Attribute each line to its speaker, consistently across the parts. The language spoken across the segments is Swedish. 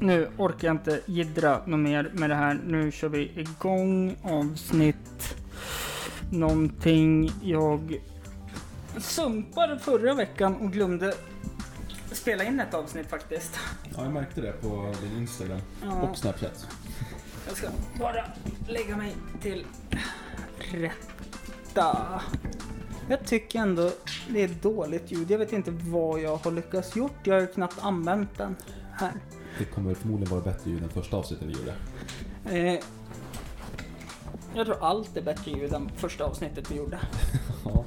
Speaker 1: nu orkar jag inte jiddra något mer med det här. Nu kör vi igång avsnitt någonting. Jag sumpade förra veckan och glömde spela in ett avsnitt faktiskt.
Speaker 2: Ja, jag märkte det på din Instagram
Speaker 1: Ja.
Speaker 2: och på Snapchat.
Speaker 1: Jag ska bara lägga mig till rätta. Jag tycker ändå det är dåligt ljud. Jag vet inte vad jag har lyckats gjort. Jag har ju knappt använt den här.
Speaker 2: Det kommer förmodligen vara bättre ljud än första avsnittet vi gjorde.
Speaker 1: Eh, jag tror allt är bättre ljud än första avsnittet vi gjorde.
Speaker 2: Ja,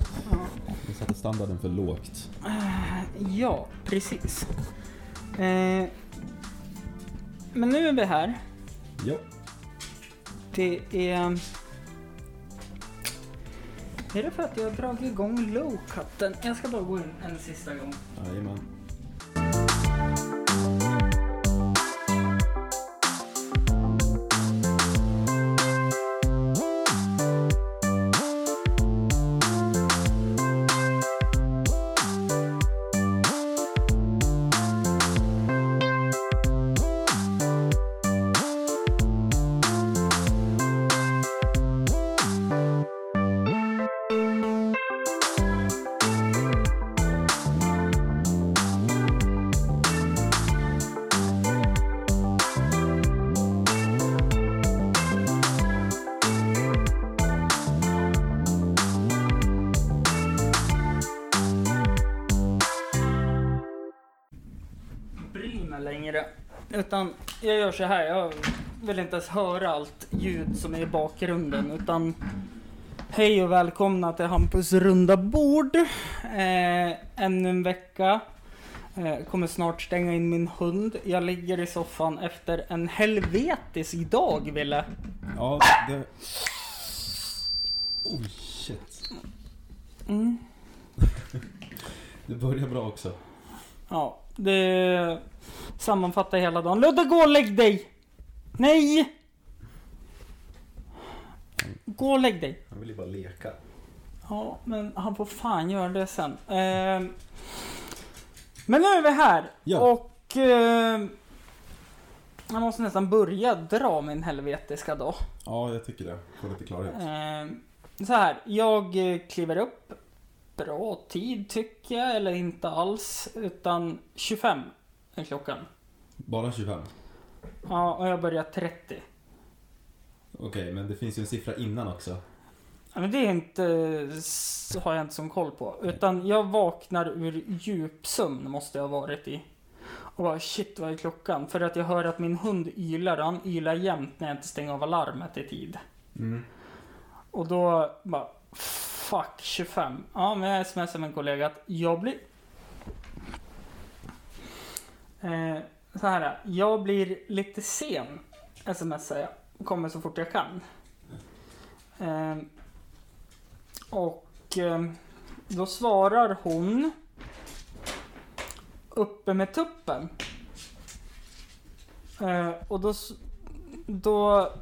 Speaker 2: vi satte standarden för lågt.
Speaker 1: Eh, Ja, precis. Eh, men nu är vi här.
Speaker 2: Jo,
Speaker 1: Det är... Är det för att jag har dragit igång low-cutten? Jag ska bara gå in en sista gång.
Speaker 2: jajamän.
Speaker 1: bry mig längre. Utan jag gör så här, jag vill inte ens höra allt ljud som är i bakgrunden. Utan hej och välkomna till Hampus runda bord. Eh, ännu en vecka. Eh, kommer snart stänga in min hund. Jag ligger i soffan efter en helvetisk dag, Ville.
Speaker 2: Ja, det... Oh shit.
Speaker 1: Mm.
Speaker 2: Det börjar bra också.
Speaker 1: Ja, det sammanfattar hela dagen. Ludde, gå och lägg dig! Nej! Gå och lägg dig.
Speaker 2: Han vill ju bara leka.
Speaker 1: Ja, men han får fan göra det sen. Ehm, men nu är vi här
Speaker 2: Ja.
Speaker 1: och ehm, jag måste nästan börja dra min helvetiska dag.
Speaker 2: Ja, jag tycker det. Få lite klarhet.
Speaker 1: Ehm, så här, jag eh, kliver upp bra tid tycker jag, eller inte alls, utan 25 är klockan.
Speaker 2: Bara 25.
Speaker 1: Ja, och jag börjar 30.
Speaker 2: Okej, men det finns ju en siffra innan också.
Speaker 1: Ja, Men det är inte, s- har jag inte som koll på. Utan jag vaknar ur djupsömn måste jag ha varit i. Och bara shit vad är klockan? För att jag hör att min hund ylar och han ylar jämt när jag inte stänger av alarmet i tid.
Speaker 2: Mm.
Speaker 1: Och då bara fuck 25. Ja men jag smsar min kollega att jag blir... Eh, så här är, jag blir lite sen smsar jag. Kommer så fort jag kan. Eh, och eh, då svarar hon uppe med tuppen. Eh, och då, s- då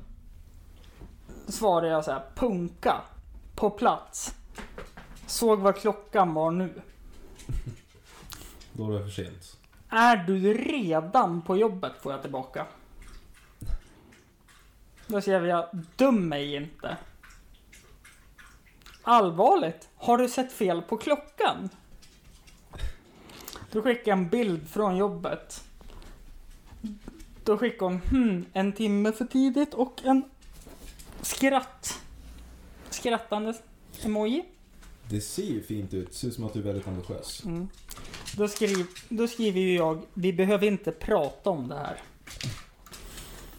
Speaker 1: svarar jag så här, punka, på plats. Såg vad klockan var nu.
Speaker 2: Då är det för sent.
Speaker 1: Är du redan på jobbet? Får jag tillbaka. Då skrev jag, döm mig inte. Allvarligt, har du sett fel på klockan? Då skickade jag en bild från jobbet. Då skickade hon, hmm, en timme för tidigt och en skratt. Skrattandes emoji.
Speaker 2: Det ser ju fint ut. Det ser ut som att du är väldigt ambitiös.
Speaker 1: Mm. Då, skriv, då skriver ju jag, vi behöver inte prata om det här.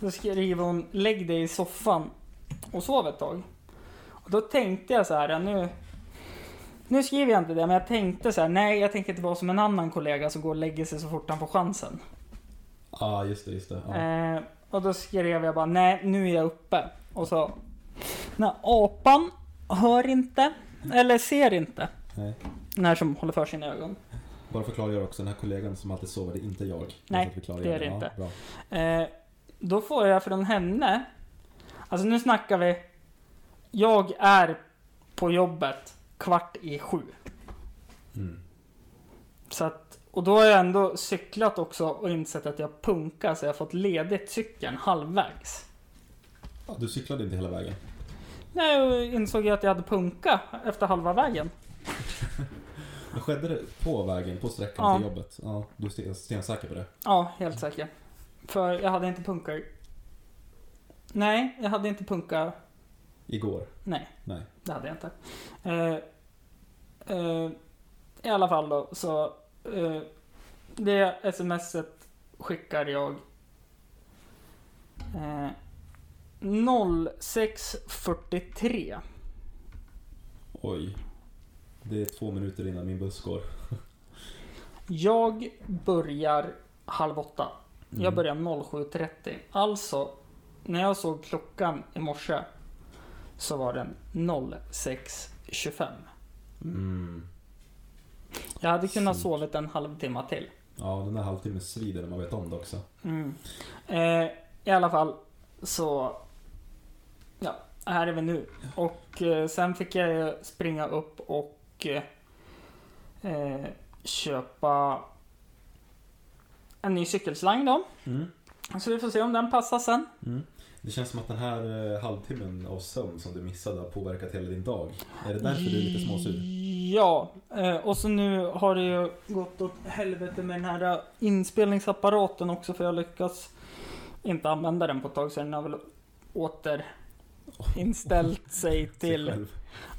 Speaker 1: Då skriver hon, lägg dig i soffan och sov ett tag. Och då tänkte jag så här, nu, nu skriver jag inte det, men jag tänkte så här, nej jag tänker inte vara som en annan kollega som går och lägger sig så fort han får chansen.
Speaker 2: Ja, ah, just det, just det. Ja.
Speaker 1: Eh, och då skrev jag bara, nej nu är jag uppe. Och så, när apan hör inte, eller ser inte,
Speaker 2: Nej.
Speaker 1: när som håller för sina ögon.
Speaker 2: Bara för att klargöra också, den här kollegan som alltid sover, det är inte jag.
Speaker 1: Nej,
Speaker 2: Så att vi klargör
Speaker 1: det är det inte.
Speaker 2: Ja, bra.
Speaker 1: Eh, då får jag från henne. Alltså nu snackar vi. Jag är på jobbet kvart i sju.
Speaker 2: Mm.
Speaker 1: Så att Och då har jag ändå cyklat också och insett att jag punkar så jag har fått ledigt cykeln halvvägs.
Speaker 2: Ja, du cyklade inte hela vägen.
Speaker 1: Nej, jag insåg jag att jag hade punka efter halva vägen.
Speaker 2: Men skedde det på vägen, på sträckan
Speaker 1: Ja.
Speaker 2: till jobbet? Ja, du är sten- stensäker på det?
Speaker 1: Ja, helt säker. För jag hade inte punka. Nej, jag hade inte punka.
Speaker 2: Igår?
Speaker 1: Nej.
Speaker 2: Nej.
Speaker 1: Det hade jag inte. Eh, eh, I alla fall då, så eh, det smset skickar jag eh, 06.43.
Speaker 2: Oj. Det är två minuter innan min buss går.
Speaker 1: Jag börjar halv åtta. Jag
Speaker 2: Mm.
Speaker 1: börjar 07.30. Alltså, när jag såg klockan i morse så var den 06.25.
Speaker 2: Mm.
Speaker 1: Jag hade kunnat
Speaker 2: Sjukt.
Speaker 1: sovit en halvtimme till.
Speaker 2: Ja, den där halvtimmen svider när man vet om det också.
Speaker 1: Mm. Eh, I alla fall så... Ja, här är vi nu. Och eh, sen fick jag ju springa upp och eh, eh, köpa en ny cykelslang då.
Speaker 2: Mm.
Speaker 1: Så vi får se om den passar sen.
Speaker 2: Mm. Det känns som att den här eh, halvtimmen av sömn som du missade har påverkat hela din dag. Är det därför du är lite småsur?
Speaker 1: Ja, eh, och så nu har det ju gått åt helvete med den här eh, inspelningsapparaten också för jag lyckas inte använda den på ett tag så den har väl åter inställt sig
Speaker 2: Sig
Speaker 1: till...
Speaker 2: själv.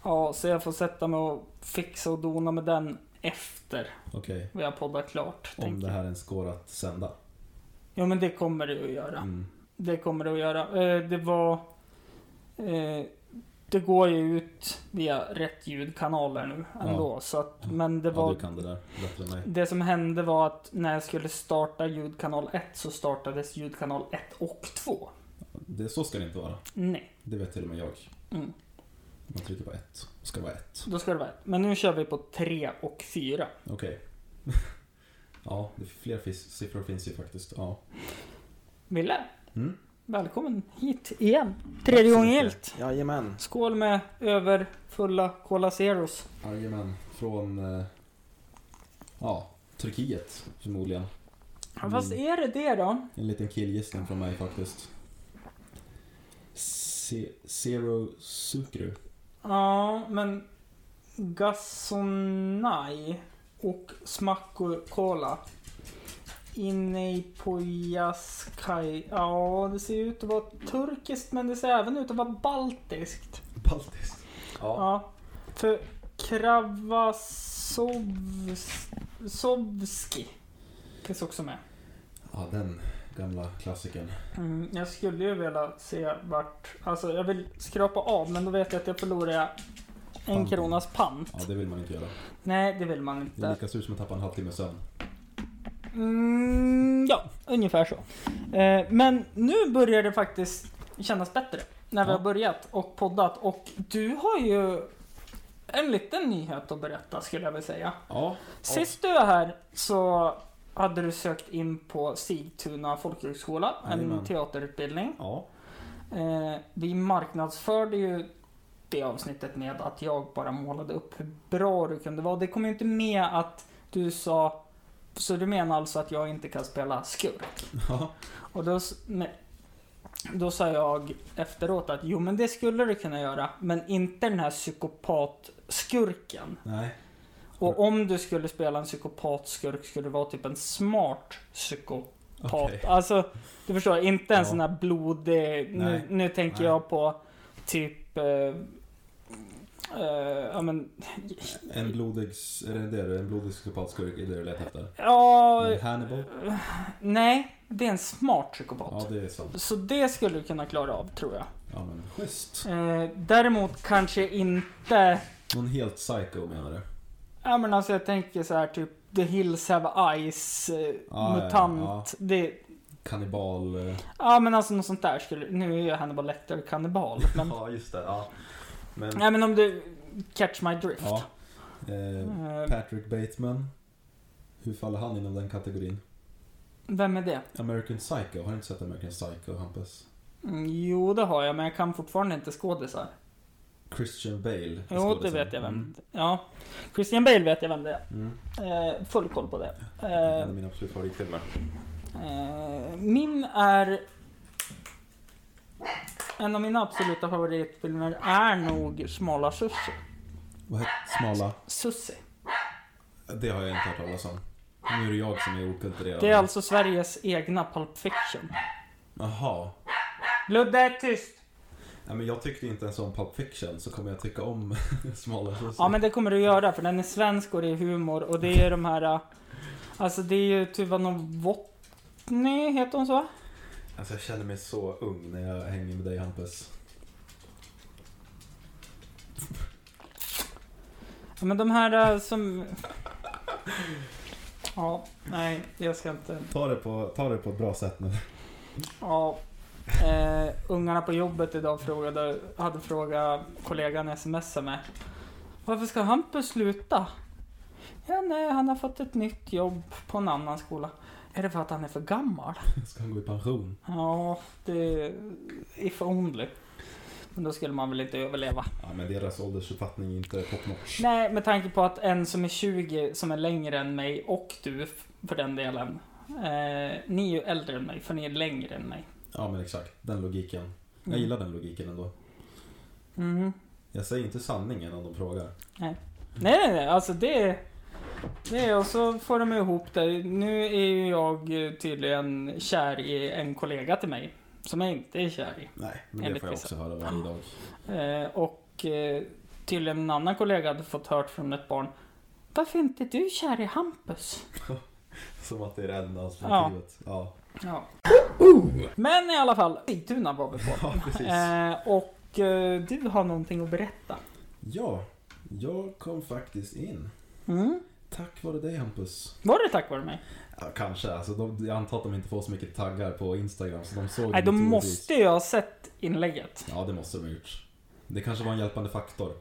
Speaker 1: Ja, så jag får sätta mig och fixa och dona med den efter
Speaker 2: Okej.
Speaker 1: vi har poddat klart.
Speaker 2: Om
Speaker 1: tänker
Speaker 2: det
Speaker 1: jag.
Speaker 2: här ens går att sända.
Speaker 1: Jo men det kommer det ju att göra.
Speaker 2: Mm.
Speaker 1: Det kommer det att göra. Eh, Det var... eh, Det går ju ut via rätt ljudkanaler nu ändå. Så att, men det
Speaker 2: Ja,
Speaker 1: var...
Speaker 2: du kan det där bättre än mig.
Speaker 1: Det som hände var att när jag skulle starta ljudkanal 1 så startades ljudkanal 1 och 2.
Speaker 2: Det, så ska det inte vara.
Speaker 1: Nej.
Speaker 2: Det vet till och med jag.
Speaker 1: Mm.
Speaker 2: Man trycker på ett. Ska vara ett.
Speaker 1: Då ska det vara ett. Men nu kör vi på 3 och 4.
Speaker 2: Okej. ja, det- fler fis- siffror finns ju faktiskt. Ja.
Speaker 1: Ville,
Speaker 2: Mm.
Speaker 1: välkommen hit igen. Tredje
Speaker 2: så
Speaker 1: gången
Speaker 2: mycket.
Speaker 1: gillt.
Speaker 3: Jajamän.
Speaker 1: Skål med överfulla Cola Zeros.
Speaker 2: Jajamän. Från... eh, Ja, Turkiet förmodligen. Mm.
Speaker 1: Ja, Fast är det det då?
Speaker 2: En liten killgissning från mig faktiskt. Se- Zero Sukru.
Speaker 1: Ja, men Gasonai och Smacko Cola. Inne i Pojaskaj. Ja, det ser ju ut att vara turkiskt men det ser även ut att vara baltiskt.
Speaker 2: Baltiskt. Ja.
Speaker 1: Ja. För Kravasovski finns också med.
Speaker 2: ja, den gamla klassikern.
Speaker 1: Mm, jag skulle ju vilja se vart... Alltså jag vill skrapa av men då vet jag att jag förlorar en
Speaker 2: Pant.
Speaker 1: kronas pant.
Speaker 2: Ja, det vill man inte göra.
Speaker 1: Nej, det vill man
Speaker 2: Det är
Speaker 1: inte.
Speaker 2: lika surt som att tappa en halvtimme sömn.
Speaker 1: Mm, ja, ungefär så. Eh, men nu börjar det faktiskt kännas bättre. När vi
Speaker 2: Ja.
Speaker 1: har börjat och poddat. Och du har ju en liten nyhet att berätta skulle jag vilja säga.
Speaker 2: Ja.
Speaker 1: Sist du var här så hade du sökt in på Sigtuna folkhögskola, en
Speaker 2: Jajamän.
Speaker 1: teaterutbildning.
Speaker 2: Ja.
Speaker 1: Eh, vi marknadsförde ju det avsnittet med att jag bara målade upp hur bra du kunde vara. Det kom ju inte med att du sa... Så du menar alltså att jag inte kan spela skurk?
Speaker 2: Ja.
Speaker 1: Och då, s- men- då sa jag efteråt att jo men det skulle du kunna göra men inte den här psykopatskurken.
Speaker 2: Nej.
Speaker 1: Och om du skulle spela en psykopatskurk skulle det vara typ en smart psykopat.
Speaker 2: Okej.
Speaker 1: Alltså, du förstår, inte en
Speaker 2: Ja.
Speaker 1: sån här blodig... Nu,
Speaker 2: Nej.
Speaker 1: nu tänker
Speaker 2: Nej.
Speaker 1: jag på typ... Eh, eh, ja, men,
Speaker 2: En blodig... s- Är det det? En blodig psykopatskurk är det du letar efter?
Speaker 1: ja, eh,
Speaker 2: Men Hannibal?
Speaker 1: nej, det är en smart psykopat.
Speaker 2: Ja, det är sant.
Speaker 1: Så det skulle du kunna klara av tror jag.
Speaker 2: Ja, men schysst.
Speaker 1: Eh, däremot kanske inte...
Speaker 2: Någon helt psycho menar du?
Speaker 1: Ja men alltså jag tänker så här typ The Hills Have Eyes, eh,
Speaker 2: ja,
Speaker 1: MUTANT.
Speaker 2: ja.
Speaker 1: Det,
Speaker 2: Kannibal? eh,
Speaker 1: ja men alltså något sånt där skulle... Nu är ju Hannibal Lecter kannibal. Men,
Speaker 2: Ja, just det. Ja. Men...
Speaker 1: nej men om du... Catch my drift.
Speaker 2: Ja. Eh,
Speaker 1: Eh,
Speaker 2: Patrick Bateman. Hur faller han inom den kategorin?
Speaker 1: vem är det?
Speaker 2: American Psycho. Har du inte sett American Psycho, Hampus?
Speaker 1: Mm, jo det har jag men jag kan fortfarande inte skådisar.
Speaker 2: Christian Bale.
Speaker 1: Jo, det
Speaker 2: skådisen.
Speaker 1: vet jag vem.
Speaker 2: Mm.
Speaker 1: Ja. Christian Bale vet jag vem det är.
Speaker 2: Mm.
Speaker 1: Eh, full koll på det.
Speaker 2: En
Speaker 1: Eh,
Speaker 2: av mina absolut favoritfilmer.
Speaker 1: eh, min är... En av mina absoluta favoritfilmer är nog Smala Sussi.
Speaker 2: Vad heter smala?
Speaker 1: Sussi.
Speaker 2: Det har jag inte hört talas om. Nu är det jag som är okulturerad.
Speaker 1: Det är alltså Sveriges egna Pulp Fiction.
Speaker 2: Jaha.
Speaker 1: Ludde, tyst!
Speaker 2: Nej, men jag tyckte inte ens om Pulp Fiction så kommer jag tycka om smala Sussie.
Speaker 1: Ja men det kommer du göra för den är svensk och det är humor och det är de här... eh, Alltså det är ju Tuva Novotny, heter hon så?
Speaker 2: Alltså jag känner mig så ung när jag hänger med dig Hampus.
Speaker 1: Ja, men de här eh, som... Ja, nej, jag ska inte...
Speaker 2: Ta det på, ta det på ett bra sätt nu.
Speaker 1: Ja. Eh, ungarna på jobbet idag frågade, hade frågat kollegan smsade mig. Varför ska Hampus sluta? Ja, nej, han har fått ett nytt jobb på en annan skola. Är det för att han är för gammal?
Speaker 2: Ska han gå i pension?
Speaker 1: Ja, det... If only. Men då skulle man väl inte överleva.
Speaker 2: Ja men deras åldersuppfattning är inte top notch.
Speaker 1: Nej, med tanke på att en som är 20, som är längre än mig och du f- för den delen. Eh, ni är ju äldre än mig, för ni är längre än mig.
Speaker 2: Ja men exakt, den logiken. Jag
Speaker 1: Mm.
Speaker 2: gillar den logiken ändå.
Speaker 1: Mm.
Speaker 2: Jag säger inte sanningen om de frågar.
Speaker 1: Nej, nej, nej. Alltså det... Det är, och så får de ihop det. Nu är ju jag eh, tydligen kär i en kollega till mig. Som jag inte är kär i.
Speaker 2: Nej, men det
Speaker 1: Enligt
Speaker 2: får jag
Speaker 1: vissa.
Speaker 2: också höra varje dag.
Speaker 1: Eh, och eh, tydligen en annan kollega hade fått hört från ett barn. Varför är inte du kär i Hampus?
Speaker 2: Som att det är det enda alternativet. Ja.
Speaker 1: Ja. Men i alla fall, Sigtuna var vi på.
Speaker 2: Ja. precis.
Speaker 1: Eh, och eh, du har någonting att berätta.
Speaker 2: Ja, jag kom faktiskt in.
Speaker 1: Mm.
Speaker 2: Tack vare dig Hampus.
Speaker 1: Var det tack vare mig?
Speaker 2: Ja, kanske. Alltså, de, jag antar att de inte får så mycket taggar på Instagram så de såg
Speaker 1: Nej,
Speaker 2: det
Speaker 1: då
Speaker 2: troligtvis.
Speaker 1: måste jag ha sett inlägget.
Speaker 2: Ja, det måste de ha gjort. Det kanske var en hjälpande faktor.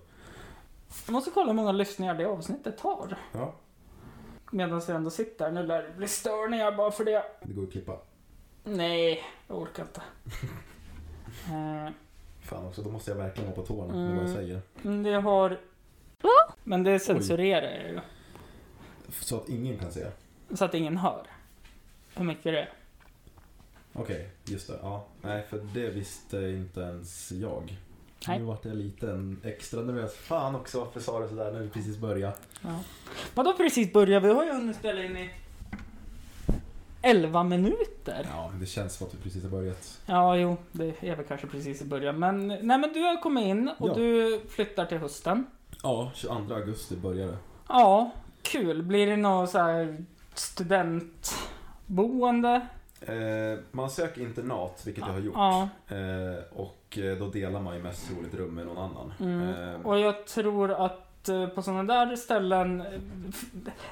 Speaker 1: Jag måste kolla hur många lyssningar det avsnittet har.
Speaker 2: Ja.
Speaker 1: Medan jag ändå sitter här. Nu lär det bli störningar bara för det.
Speaker 2: Det går att klippa.
Speaker 1: Nej, jag orkar inte. Eh,
Speaker 2: Fan också, då måste jag verkligen vara på tårna med vad
Speaker 1: Mm.
Speaker 2: jag säger.
Speaker 1: men det har... Men det censurerar jag ju.
Speaker 2: Så att ingen kan se.
Speaker 1: Så att ingen hör. Hur mycket det är.
Speaker 2: Okej, just det. Ja. Nej, för det visste inte ens jag.
Speaker 1: Nej.
Speaker 2: Nu vart jag lite en extra nervös. Fan också, varför sa du sådär när vi precis började?
Speaker 1: Ja. Vadå precis börjar? Vi har ju hunnit spela in i 11 minuter.
Speaker 2: Ja, men det känns som att vi precis har börjat.
Speaker 1: Ja, jo, det är väl kanske precis i början. Men, nej, men du har kommit in och
Speaker 2: Ja.
Speaker 1: du flyttar till hösten.
Speaker 2: Ja, 22 augusti började det.
Speaker 1: Ja, kul. Blir det något så här studentboende?
Speaker 2: Eh, man söker internat, vilket jag har gjort.
Speaker 1: Ja,
Speaker 2: Eh, och eh, då delar man ju mest roligt rum med någon annan.
Speaker 1: Mm.
Speaker 2: Eh,
Speaker 1: och jag tror att eh, på sådana där ställen... eh, f-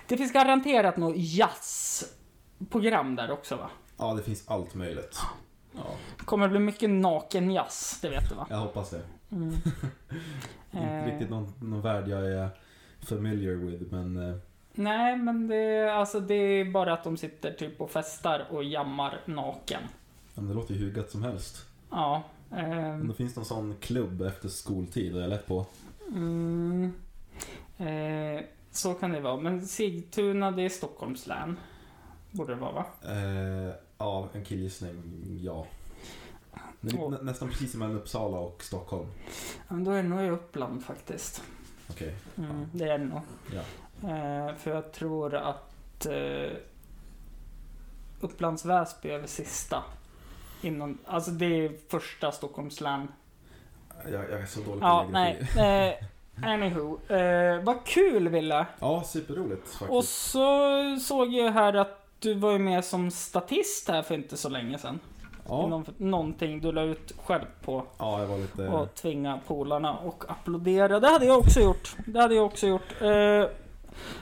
Speaker 1: Det finns garanterat något jazzprogram där också va?
Speaker 2: Ja, det finns allt möjligt. Ja,
Speaker 1: Kommer det bli mycket naken jazz, det vet du va?
Speaker 2: jag hoppas det.
Speaker 1: Mm.
Speaker 2: Inte
Speaker 1: Eh.
Speaker 2: riktigt någon, någon värld jag är familiar with, men eh,
Speaker 1: Nej, men det, alltså, det är bara att de sitter typ och festar och jammar naken.
Speaker 2: ja, men det låter ju hur gött som helst.
Speaker 1: Ja. ehm,
Speaker 2: Men då finns det någon sån klubb efter skoltid, har jag lätt på.
Speaker 1: mm, eh, så kan det vara. Men Sigtuna, det är Stockholms län. Borde det vara va?
Speaker 2: Eh, ja, en killgissning, ja. Det är
Speaker 1: Och-
Speaker 2: nä- nästan precis mellan Uppsala och Stockholm.
Speaker 1: Ja, men då är det nog i Uppland faktiskt.
Speaker 2: Okej.
Speaker 1: Mm, det är det nog.
Speaker 2: Ja.
Speaker 1: Eh, för jag tror att eh, Upplands Väsby är det sista. Innan, alltså det är första Stockholms län.
Speaker 2: Jag, jag är så dålig på
Speaker 1: Ja,
Speaker 2: geografi.
Speaker 1: nej. Eh, anywho. Eh, vad kul Wille!
Speaker 2: Ja, superroligt
Speaker 1: Och
Speaker 2: faktiskt.
Speaker 1: så såg jag här att du var ju med som statist här för inte så länge sedan.
Speaker 2: Ja,
Speaker 1: Någon, någonting du la ut själv på
Speaker 2: ja, jag var lite...
Speaker 1: och tvinga polarna och applådera. Det hade jag också gjort. Det hade jag också gjort. Eh,
Speaker 2: ja,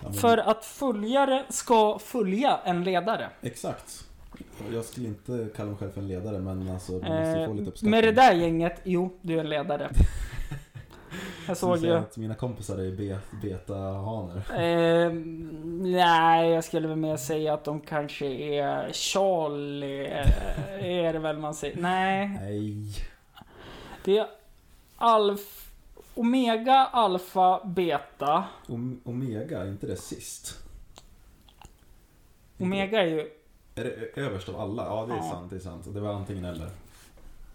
Speaker 2: men-
Speaker 1: för att följare ska följa en ledare.
Speaker 2: Exakt. Jag skulle inte kalla mig själv för en ledare men alltså man måste ju
Speaker 1: Eh,
Speaker 2: få lite uppskattning.
Speaker 1: med det där gänget, jo, du är en ledare. Jag
Speaker 2: Du
Speaker 1: såg
Speaker 2: säger
Speaker 1: ju.
Speaker 2: att mina kompisar är be- beta-hanar.
Speaker 1: Eh, nej, jag skulle väl mer säga att de kanske är Charlie. eh, är det väl man säger. Nej,
Speaker 2: Nej.
Speaker 1: det är Alf Omega, alfa, beta.
Speaker 2: Om- Omega, är inte det sist?
Speaker 1: Omega är ju,
Speaker 2: Är det ö- överst av alla? Ja, det är
Speaker 1: Ja.
Speaker 2: sant. Det är sant. Det var antingen eller.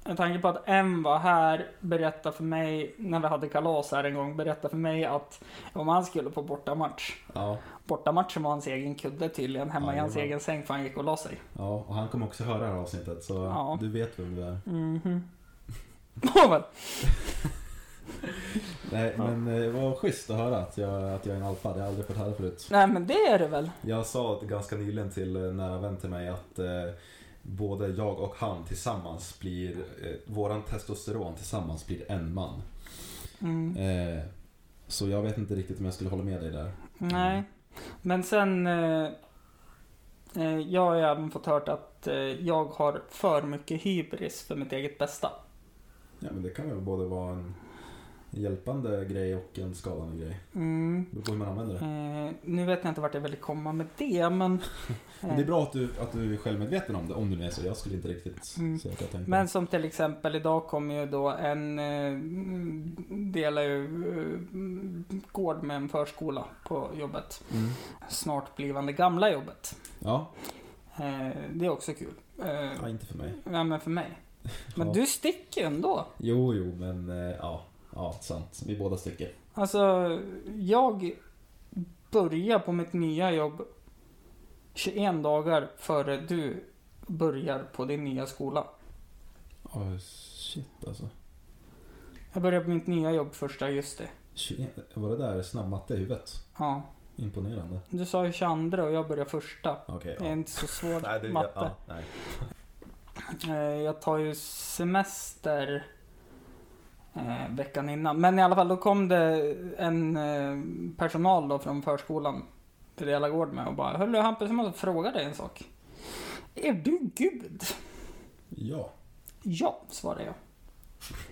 Speaker 1: med tanke på att M var här, berättade för mig, när vi hade kalas här en gång, berättade för mig att om han skulle på bortamatch.
Speaker 2: Ja,
Speaker 1: Bortamatchen var hans egen kudde tydligen, hemma i hans
Speaker 2: Jajamän.
Speaker 1: egen säng för han gick och la sig.
Speaker 2: ja, och han kommer också höra det här avsnittet så
Speaker 1: Ja.
Speaker 2: du vet vem du är.
Speaker 1: Mhm. Nåväl.
Speaker 2: Nej,
Speaker 1: Ja.
Speaker 2: men eh, vad schysst att höra att jag, att jag är en alfa. Det har jag aldrig fått höra förut.
Speaker 1: Nej men det är det väl.
Speaker 2: Jag sa att ganska nyligen till en nära vän till mig att eh, både jag och han tillsammans blir, eh, våran testosteron tillsammans blir en man.
Speaker 1: Mm.
Speaker 2: Eh, så jag vet inte riktigt om jag skulle hålla med dig där. Mm.
Speaker 1: Nej. Men sen... Eh, eh, jag har ju även fått hört att eh, jag har för mycket hybris för mitt eget bästa.
Speaker 2: Ja, men det kan väl både vara en hjälpande grej och en skadande grej.
Speaker 1: Mm.
Speaker 2: Det beror på hur man använder det.
Speaker 1: Eh, nu vet jag inte vart jag ville komma med det, men... eh,
Speaker 2: Men det är bra att du, att du är självmedveten om det, om du nu är så. Jag skulle inte riktigt
Speaker 1: Mm.
Speaker 2: säga att jag tänkte.
Speaker 1: Men som till exempel idag kommer ju då en... Eh, mm, delar ju eh, mm, gård med en förskola på jobbet.
Speaker 2: Mm.
Speaker 1: Snart blivande gamla jobbet.
Speaker 2: Ja,
Speaker 1: Eh, det är också kul. Eh,
Speaker 2: ja, inte för mig.
Speaker 1: ja, men för mig. Men
Speaker 2: Ja.
Speaker 1: du sticker ju ändå.
Speaker 2: Jo, jo, men eh, ja. Ja, sant. Vi båda sticker.
Speaker 1: Alltså, jag börjar på mitt nya jobb 21 dagar före du börjar på din nya skola.
Speaker 2: Oh, shit alltså.
Speaker 1: Jag börjar på mitt nya jobb första augusti.
Speaker 2: 21, var det där snabbmatte i huvudet?
Speaker 1: Ja.
Speaker 2: Imponerande.
Speaker 1: Du sa ju 22 och jag börjar första.
Speaker 2: Okej.
Speaker 1: Det är inte så svår
Speaker 2: Nej, det-
Speaker 1: matte.
Speaker 2: ja, nej.
Speaker 1: Eh, Jag tar ju semester eh, veckan innan. Men i alla fall, då kom det en eh, personal då från förskolan till Dela gård med och bara Hörru Hampus, jag måste fråga dig en sak. Är du Gud?
Speaker 2: Ja,
Speaker 1: Ja, svarade jag.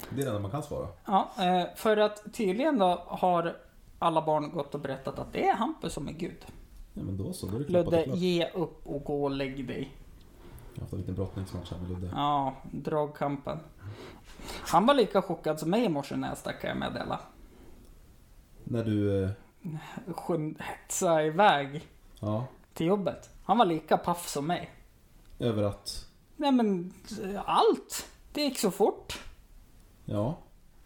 Speaker 2: det är det enda man kan svara.
Speaker 1: Ja, eh, för att tydligen då har alla barn gått och berättat att det är Hampus som är Gud.
Speaker 2: Ja, men då så. Då är det klappat
Speaker 1: Ludde,
Speaker 2: och klart.
Speaker 1: ge upp och gå och lägg dig.
Speaker 2: Jag har haft en liten brottningsmatch här med Ludde.
Speaker 1: Ja, dragkampen. Han var lika chockad som mig i morse när jag stack kan jag meddela.
Speaker 2: När du... eh,
Speaker 1: Skyn- Hetsa iväg
Speaker 2: Ja,
Speaker 1: till jobbet. Han var lika paff som mig.
Speaker 2: över att...
Speaker 1: Nej men, eh, allt. Det gick så fort.
Speaker 2: Ja.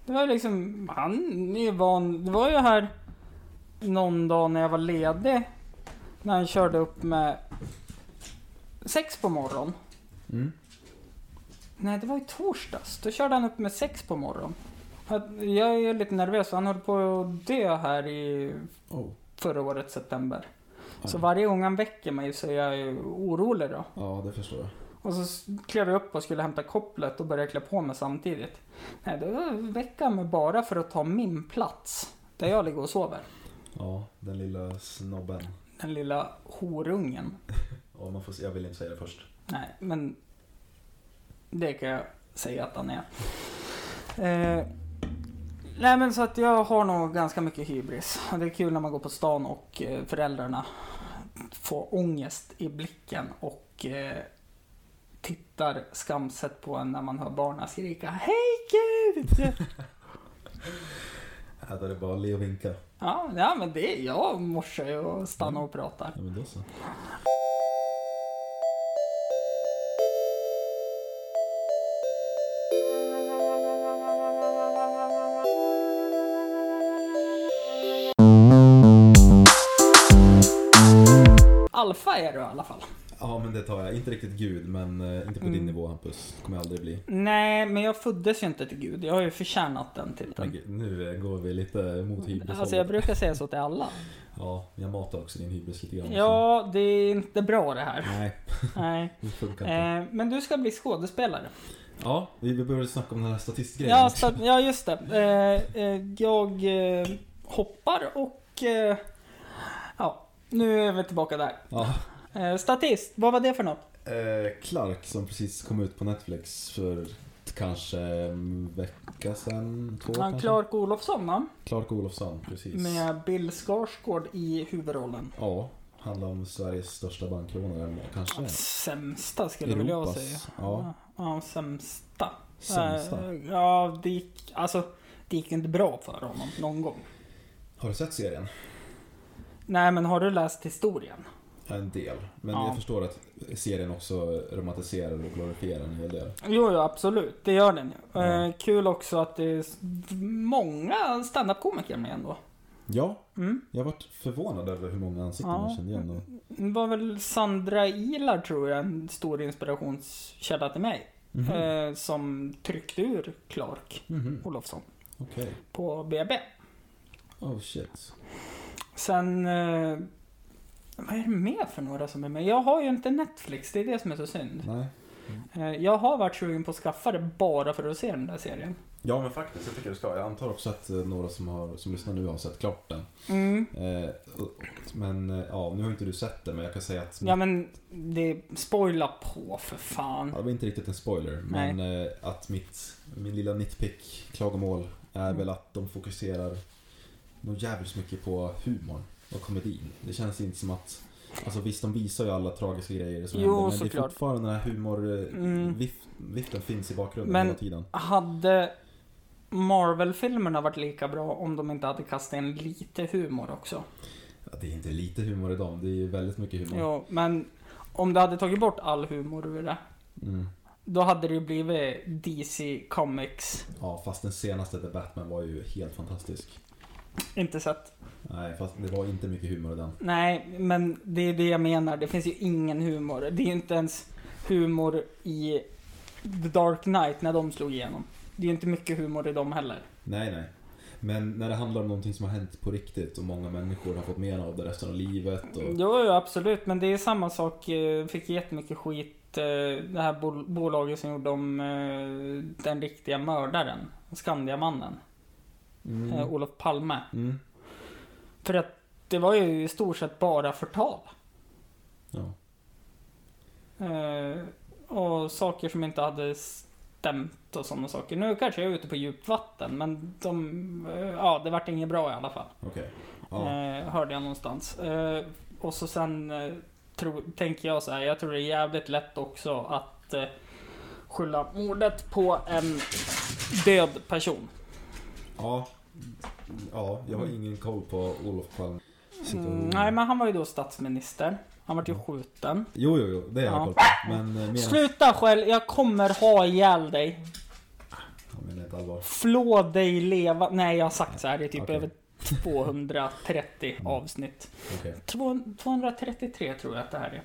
Speaker 1: Det var ju liksom, han är ju van. Det var ju här någon dag när jag var ledig. När han körde upp med sex på morgon.
Speaker 2: Mm.
Speaker 1: Nej, det var i torsdags. Då körde han upp med sex på morgon. Jag- Jag är ju lite nervös för han höll på att dö här i
Speaker 2: Oh.
Speaker 1: förra årets september. Så
Speaker 2: Aj.
Speaker 1: varje gång han väcker mig så är jag ju orolig då.
Speaker 2: Ja, det förstår jag.
Speaker 1: Och så s- klev jag upp och skulle hämta kopplet och började klä på mig samtidigt. Nej, då väckte han mig bara för att ta min plats. Där jag ligger och sover.
Speaker 2: Ja, den lilla snobben.
Speaker 1: Den lilla horungen.
Speaker 2: Ja, man får se. Jag vill inte säga det först.
Speaker 1: Nej, men det kan jag säga att han är. Eh, nej, men så att jag har nog ganska mycket hybris. Och Det är kul när man går på stan och eh, föräldrarna får ångest i blicken och eh, tittar skamset på en när man hör barnen skrika Hej Gud!
Speaker 2: Här där det bara le och vinka.
Speaker 1: ja, ja, men det är jag morsar ju och stannar och pratar.
Speaker 2: Ja, men då så.
Speaker 1: Alfa är du i alla fall.
Speaker 2: Ja, men det tar jag. Inte riktigt gud, men eh, inte på
Speaker 1: Mm.
Speaker 2: din nivå Hampus. Det kommer jag aldrig bli.
Speaker 1: Nej, men jag föddes ju inte till Gud. Jag har ju förtjänat den titeln.
Speaker 2: Men gud, nu eh, går vi lite mot hybris
Speaker 1: Alltså jag brukar säga så till alla.
Speaker 2: Ja, jag matar också din hybris lite grann.
Speaker 1: Ja, det är inte bra det här.
Speaker 2: Nej,
Speaker 1: Nej.
Speaker 2: det funkar inte.
Speaker 1: Eh, men du ska bli skådespelare.
Speaker 2: Ja, vi vi började snacka om den här statistgrejen.
Speaker 1: Ja, sta- ja just det. Eh, eh, jag eh, hoppar och... Eh, ja, nu är vi tillbaka där.
Speaker 2: Ja.
Speaker 1: Eh, statist, vad var det för något?
Speaker 2: Eh, Clark som precis kom ut på Netflix för kanske en vecka sedan, två
Speaker 1: Han
Speaker 2: kanske?
Speaker 1: Clark Olofsson va?
Speaker 2: Clark Olofsson, precis.
Speaker 1: Med Bill Skarsgård i huvudrollen.
Speaker 2: Ja, handlar om Sveriges största bankrånare, kanske.
Speaker 1: Sämsta skulle väl jag
Speaker 2: Europas,
Speaker 1: säga.
Speaker 2: ja.
Speaker 1: ja sämsta.
Speaker 2: Sämsta.
Speaker 1: Eh, ja, det gick... Alltså, det gick ju inte bra för honom någon gång.
Speaker 2: Har du sett serien?
Speaker 1: Nej, men har du läst historien?
Speaker 2: En del. Men
Speaker 1: Ja.
Speaker 2: jag förstår att serien också romantiserar och glorifierar en hel del.
Speaker 1: Jo, jo absolut. Det gör den ju.
Speaker 2: Mm.
Speaker 1: Eh, kul också att det är s- många standup-komiker med ändå.
Speaker 2: Ja,
Speaker 1: Mm.
Speaker 2: jag varit förvånad över hur många ansikten
Speaker 1: Ja.
Speaker 2: jag kände igen. Och...
Speaker 1: Det var väl Sandra Ilar tror jag, en stor inspirationskälla till mig.
Speaker 2: Mhm.
Speaker 1: Eh, som tryckte ur Clark
Speaker 2: Mhm.
Speaker 1: Olofsson
Speaker 2: Okej.
Speaker 1: på BB.
Speaker 2: Oh shit.
Speaker 1: Sen... Eh, vad är det mer för några som är med? Jag har ju inte Netflix, det är det som är så synd.
Speaker 2: Nej.
Speaker 1: Eh, jag har varit sugen på att skaffa det bara för att se den där serien.
Speaker 2: Ja men faktiskt, jag tycker du ska. Jag antar också att eh, några som, har, som lyssnar nu har sett klart den.
Speaker 1: Mm.
Speaker 2: Eh, och- men eh, ja, nu har inte du sett den men jag kan säga att
Speaker 1: Ja men, det... Spoila på för fan.
Speaker 2: Ja, det var inte riktigt en spoiler, men eh, att mitt, min lilla nitpick, klagomål, är
Speaker 1: Mm.
Speaker 2: väl att de fokuserar nog jävligt mycket på humorn och komedin. Det känns inte som att, alltså visst de visar ju alla tragiska grejer som
Speaker 1: Jo,
Speaker 2: händer, men det är
Speaker 1: såklart.
Speaker 2: fortfarande den här humorviften
Speaker 1: Mm.
Speaker 2: viften finns i bakgrunden
Speaker 1: Men-
Speaker 2: hela tiden.
Speaker 1: Hade Marvel-filmerna varit lika bra om de inte hade kastat in lite humor också?
Speaker 2: Ja, det är inte lite humor i dem, det är ju väldigt mycket humor.
Speaker 1: Jo, men om du hade tagit bort all humor ur det,
Speaker 2: Mm.
Speaker 1: då hade det ju blivit DC Comics.
Speaker 2: Ja, fast den senaste The Batman var ju helt fantastisk.
Speaker 1: Inte sett
Speaker 2: Nej, fast det var inte mycket humor i den.
Speaker 1: Nej, men det är det jag menar. Det finns ju ingen humor. Det är ju inte ens humor i The Dark Knight när de slog igenom. Det är ju inte mycket humor i dem heller.
Speaker 2: Nej, nej. Men när det handlar om någonting som har hänt på riktigt och många människor har fått men av det resten av livet och...
Speaker 1: Jo, jo, absolut. Men det är samma sak. eh, Fick jättemycket skit. eh, Det här bol- bolaget som gjorde om eh, den riktiga mördaren. Skandiamannen. Mm.
Speaker 2: Mm.
Speaker 1: Olof Palme.
Speaker 2: Mm.
Speaker 1: För att det var ju i stort sett bara förtal.
Speaker 2: Ja.
Speaker 1: Eh, och saker som inte hade stämt och sådana saker. Nu kanske jag är ute på djupt vatten men de, eh, ja det vart inget bra i alla fall.
Speaker 2: Okej. Ja.
Speaker 1: Eh, hörde jag någonstans. Eh, och så sen eh, tro, tänker jag så här, jag tror det är jävligt lätt också att eh, skylla mordet på en död person.
Speaker 2: ja. Ja, jag har ingen koll på Olof Palme.
Speaker 1: Mm, nej men han var ju då statsminister. Han vart ju skjuten.
Speaker 2: Jo, jo, jo, det har
Speaker 1: Ja.
Speaker 2: jag koll på. Men eh, menar,
Speaker 1: Sluta själv, jag kommer ha ihjäl dig.
Speaker 2: jag menar inte allvar.
Speaker 1: Flå dig leva. Nej, jag har sagt så här. Det är typ
Speaker 2: Okej.
Speaker 1: över 230 avsnitt.
Speaker 2: Okej.
Speaker 1: Två- 233 tror jag att det här är.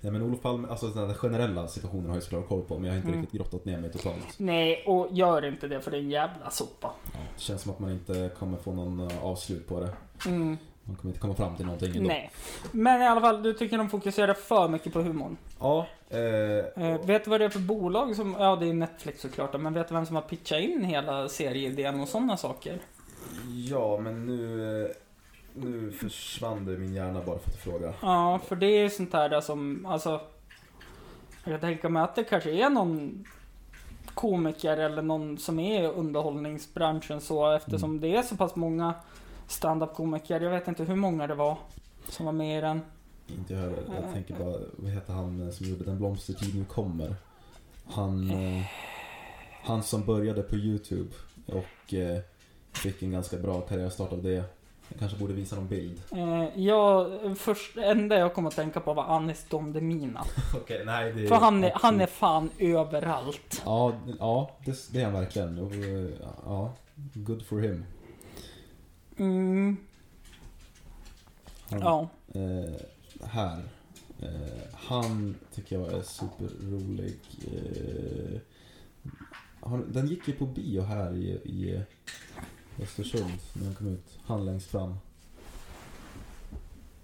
Speaker 2: Nej men Olof Palme, alltså den här generella situationen har jag såklart koll på men jag har inte
Speaker 1: Mm.
Speaker 2: riktigt grottat ner mig totalt.
Speaker 1: Nej, och gör inte det för det är en jävla sopa.
Speaker 2: Ja. Det känns som att man inte kommer få någon eh, avslut på det.
Speaker 1: Mm,
Speaker 2: Man kommer inte komma fram till någonting ändå.
Speaker 1: nej. Men i alla fall, du tycker de fokuserar för mycket på humorn.
Speaker 2: Ja. Eh,
Speaker 1: Eh, vet du vad det är för bolag som... Ja, det är Netflix såklart. Men vet du vem som har pitchat in hela serieidén och sådana saker?
Speaker 2: Ja, men nu, eh, nu försvann det i min hjärna bara för att fråga.
Speaker 1: Ja, för det är ju sånt här där som... Alltså... Jag kan tänka mig att det kanske är någon komiker eller någon som är i underhållningsbranschen så eftersom det är så pass många stand-up komiker. Jag vet inte hur många det var som var med i den.
Speaker 2: Inte jag heller.
Speaker 1: Mm.
Speaker 2: Jag tänker bara, vad heter han eh, som gjorde Den blomstertid nu kommer? Han, eh, han som började på YouTube och eh, fick en ganska bra karriärstart av det. Jag kanske borde visa någon bild.
Speaker 1: Eh, jag, först, enda jag kom att tänka på var Anis Don Demina.
Speaker 2: Okej, nej det
Speaker 1: För han är, han är
Speaker 2: Eh,
Speaker 1: fan överallt.
Speaker 2: Ja, ja det, det är han verkligen. Och, eh, ja, good for him.
Speaker 1: Mm,
Speaker 2: Han,
Speaker 1: ja.
Speaker 2: Eh, här. Eh, han tycker jag är superrolig. Eh, han, den gick ju på bio här i, i Östersund när den kom ut. Han längst fram.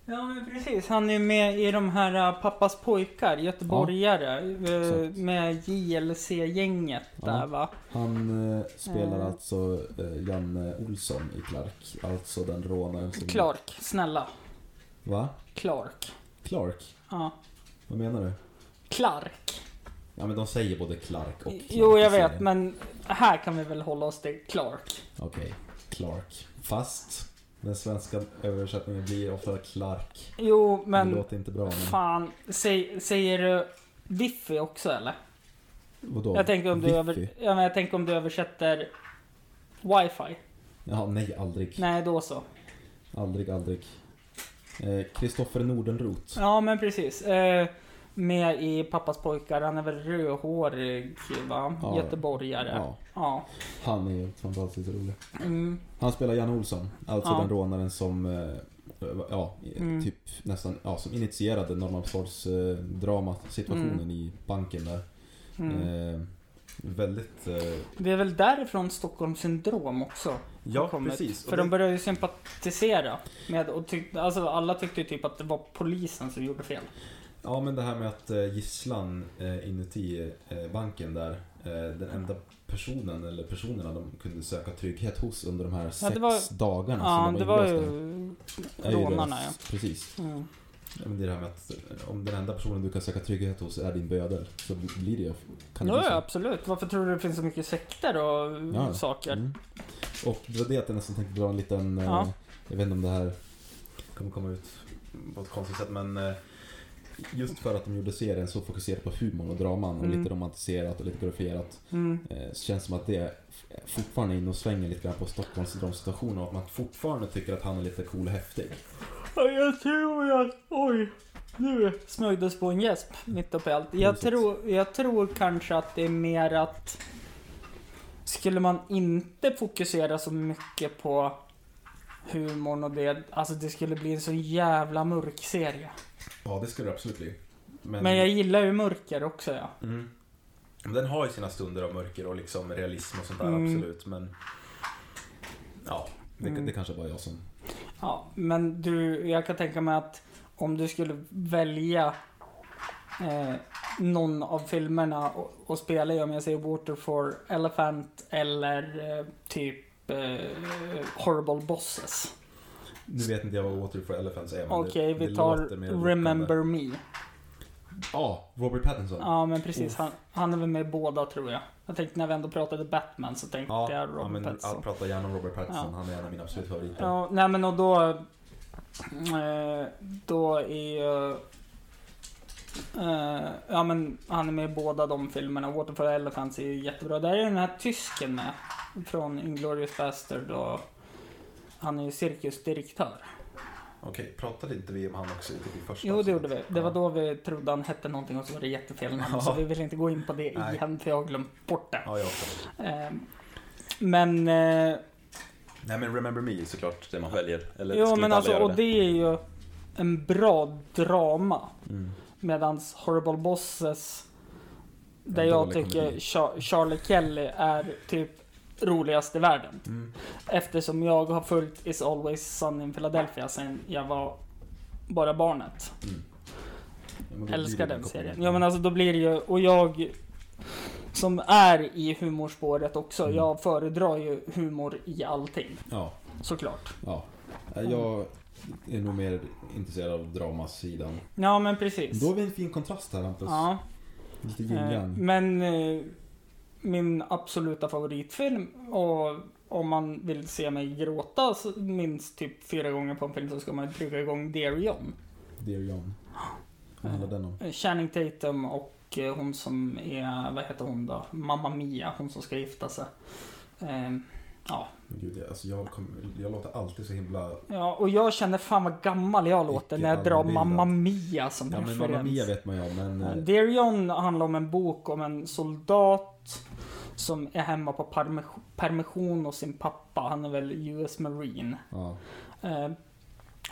Speaker 1: Ja men precis, han är ju med i de här ä, Pappas pojkar, göteborgare. ä,
Speaker 2: exakt.
Speaker 1: med JLC-gänget
Speaker 2: Ja.
Speaker 1: där va.
Speaker 2: Han eh, spelar
Speaker 1: Eh.
Speaker 2: alltså eh, Janne Olsson i Clark. Alltså den rånaren som...
Speaker 1: Clark, snälla.
Speaker 2: Va?
Speaker 1: Clark.
Speaker 2: Clark?
Speaker 1: Ja.
Speaker 2: Vad menar du?
Speaker 1: Clark.
Speaker 2: Ja men de säger både Clark och Clark
Speaker 1: Jo
Speaker 2: i
Speaker 1: jag vet
Speaker 2: serien.
Speaker 1: men här kan vi väl hålla oss till Clark.
Speaker 2: Okej, Clark. Fast den svenska översättningen blir ofta Clark.
Speaker 1: Jo
Speaker 2: det
Speaker 1: men
Speaker 2: låter inte bra men...
Speaker 1: fan, säg, säger du Diffy också eller?
Speaker 2: Vadå?
Speaker 1: Jag tänker om du,
Speaker 2: Vicky?
Speaker 1: över, ja, men jag tänker om du översätter Wifi?
Speaker 2: Ja, nej, aldrig.
Speaker 1: Nej, då så.
Speaker 2: Aldrig, aldrig. Eh, Kristoffer Nordenrot.
Speaker 1: Ja, men precis. Eh, med i Pappas pojkar. Han är väl rödhårig, va?
Speaker 2: Ja.
Speaker 1: Göteborgare. Ja.
Speaker 2: Ja, han är ju fantastiskt rolig.
Speaker 1: Mm.
Speaker 2: Han spelar Janne Olsson, alltså
Speaker 1: Ja.
Speaker 2: den rånaren som eh, Ja, i-
Speaker 1: Mm.
Speaker 2: typ nästan, ja, som initierade Norrmalmstorgs-dramasituationen
Speaker 1: Mm.
Speaker 2: i banken där.
Speaker 1: Mm.
Speaker 2: Eh, väldigt... Eh,
Speaker 1: Det är väl därifrån Stockholms syndrom också
Speaker 2: ja,
Speaker 1: kommit.
Speaker 2: precis. Och
Speaker 1: För
Speaker 2: det-
Speaker 1: de började ju sympatisera med och tyck, alltså alla tyckte ju typ att det var polisen som gjorde fel.
Speaker 2: Ja men det här med att eh, gisslan eh, inuti eh, banken där, eh, den enda personen eller personerna de kunde söka trygghet hos under de här sex
Speaker 1: det var-
Speaker 2: dagarna
Speaker 1: Ja,
Speaker 2: som de
Speaker 1: det var ju
Speaker 2: inlåsta är ju
Speaker 1: rånarna ja.
Speaker 2: deras- Precis.
Speaker 1: Mm.
Speaker 2: Ja, Men det är det här med att eh, om den enda personen du kan söka trygghet hos är din bödel så blir det ju... Kan det
Speaker 1: Ja,
Speaker 2: bli så?
Speaker 1: ja, absolut. Varför tror du det finns så mycket sekter och
Speaker 2: Ja, ja.
Speaker 1: saker?
Speaker 2: Mm. Och det var det att jag nästan tänkte dra en liten, eh,
Speaker 1: Ja.
Speaker 2: jag vet inte om det här kommer komma ut på ett konstigt sätt men eh, just för att de gjorde serien så fokuserad på humorn och draman och
Speaker 1: Mm.
Speaker 2: lite romantiserat och lite glorifierat
Speaker 1: Mm.
Speaker 2: eh, så känns det som att det f- fortfarande är inne och svänger lite grann på Stockholms drömsituation och att man fortfarande tycker att han är lite cool och häftig.
Speaker 1: Ja, Jag tror att... Oj! Nu smögdes på en gäsp mitt uppe i allt. Jag
Speaker 2: Precis.
Speaker 1: tror, jag tror kanske att det är mer att... Skulle man inte fokusera så mycket på humorn och det. Alltså det skulle bli en så jävla mörk serie.
Speaker 2: Ja det skulle det absolut bli.
Speaker 1: Men jag gillar ju mörker också ja.
Speaker 2: Mm. Den har ju sina stunder av mörker och liksom realism och sånt där
Speaker 1: Mm.
Speaker 2: absolut men ja, det,
Speaker 1: Mm.
Speaker 2: det kanske var jag som
Speaker 1: Ja, men du, jag kan tänka mig att om du skulle välja eh, någon av filmerna och, och spela i, om jag säger Water for Elephant eller eh, typ eh, Horrible Bosses.
Speaker 2: Nu vet inte jag vad Water for Elephants är men
Speaker 1: Okej,
Speaker 2: det,
Speaker 1: vi
Speaker 2: det
Speaker 1: tar
Speaker 2: låter mer lockande.
Speaker 1: Remember Me.
Speaker 2: Ja, Robert Pattinson.
Speaker 1: Ja, men precis.
Speaker 2: Uff.
Speaker 1: Han, han är väl med i båda tror jag. Jag tänkte när vi ändå pratade Batman så tänkte
Speaker 2: ja,
Speaker 1: jag Robert
Speaker 2: ja, men
Speaker 1: Pattinson.
Speaker 2: Jag pratar gärna om Robert Pattinson,
Speaker 1: Ja.
Speaker 2: han är en av mina absolut favoriter.
Speaker 1: Ja, nej men och då... Eh, då är ju... Eh, ja men han är med i båda de filmerna. Water for Elephants är ju jättebra. Där är den här tysken med. Från Inglourious Bastard och... Han är ju cirkusdirektör.
Speaker 2: Okej, pratade inte vi om han också i typ i första
Speaker 1: Jo det
Speaker 2: avsnittet?
Speaker 1: gjorde vi. Det var då vi trodde han hette någonting och så var det jättefel namn. Så
Speaker 2: Ja.
Speaker 1: vi vill inte gå in på det
Speaker 2: Nej.
Speaker 1: igen för jag har glömt bort det.
Speaker 2: Ja, jag också.
Speaker 1: Eh, men... Eh,
Speaker 2: Nej men Remember Me är såklart det man väljer. Eller
Speaker 1: jo
Speaker 2: skulle
Speaker 1: men
Speaker 2: inte alla
Speaker 1: alltså
Speaker 2: göra
Speaker 1: och det är ju en bra drama.
Speaker 2: Mm.
Speaker 1: Medans Horrible Bosses
Speaker 2: En
Speaker 1: Där jag
Speaker 2: dålig
Speaker 1: tycker
Speaker 2: komedi.
Speaker 1: Char- Charlie Kelly är typ roligast i världen.
Speaker 2: Mm.
Speaker 1: Eftersom jag har följt Is Always Sun in Philadelphia sen jag var bara barnet.
Speaker 2: Mm. Ja, men då
Speaker 1: Älskar
Speaker 2: blir det
Speaker 1: den
Speaker 2: en
Speaker 1: serien.
Speaker 2: koppling.
Speaker 1: Ja men alltså då blir det ju, och jag som är i humorspåret också,
Speaker 2: Mm.
Speaker 1: jag föredrar ju humor i allting.
Speaker 2: Ja,
Speaker 1: Såklart.
Speaker 2: ja. Eh, Jag är nog mer intresserad av dramasidan.
Speaker 1: Ja men precis.
Speaker 2: Då har vi en fin kontrast här Hampus.
Speaker 1: ja.
Speaker 2: Lite
Speaker 1: Eh,
Speaker 2: yin
Speaker 1: Men eh, min absoluta favoritfilm och om man vill se mig gråta så minst typ fyra gånger på en film så ska man trycka igång Dear John.
Speaker 2: Dear John. Vad handlar den om?
Speaker 1: Eh, Channing Tatum och eh, hon som är, vad heter hon då? Mamma Mia, hon som ska gifta sig. Eh,
Speaker 2: Gud, jag, alltså jag, kommer- jag låter alltid så himla
Speaker 1: Ja, och jag känner fan vad gammal jag låter när jag
Speaker 2: Icke
Speaker 1: drar
Speaker 2: allmänbildad.
Speaker 1: Mamma Mia som
Speaker 2: Ja men
Speaker 1: referens.
Speaker 2: Mamma Mia vet man ju om, men... eh,
Speaker 1: Dear John handlar om en bok om en soldat som är hemma på permis- permission hos sin pappa. Han är väl US Marine.
Speaker 2: Ja.
Speaker 1: Eh,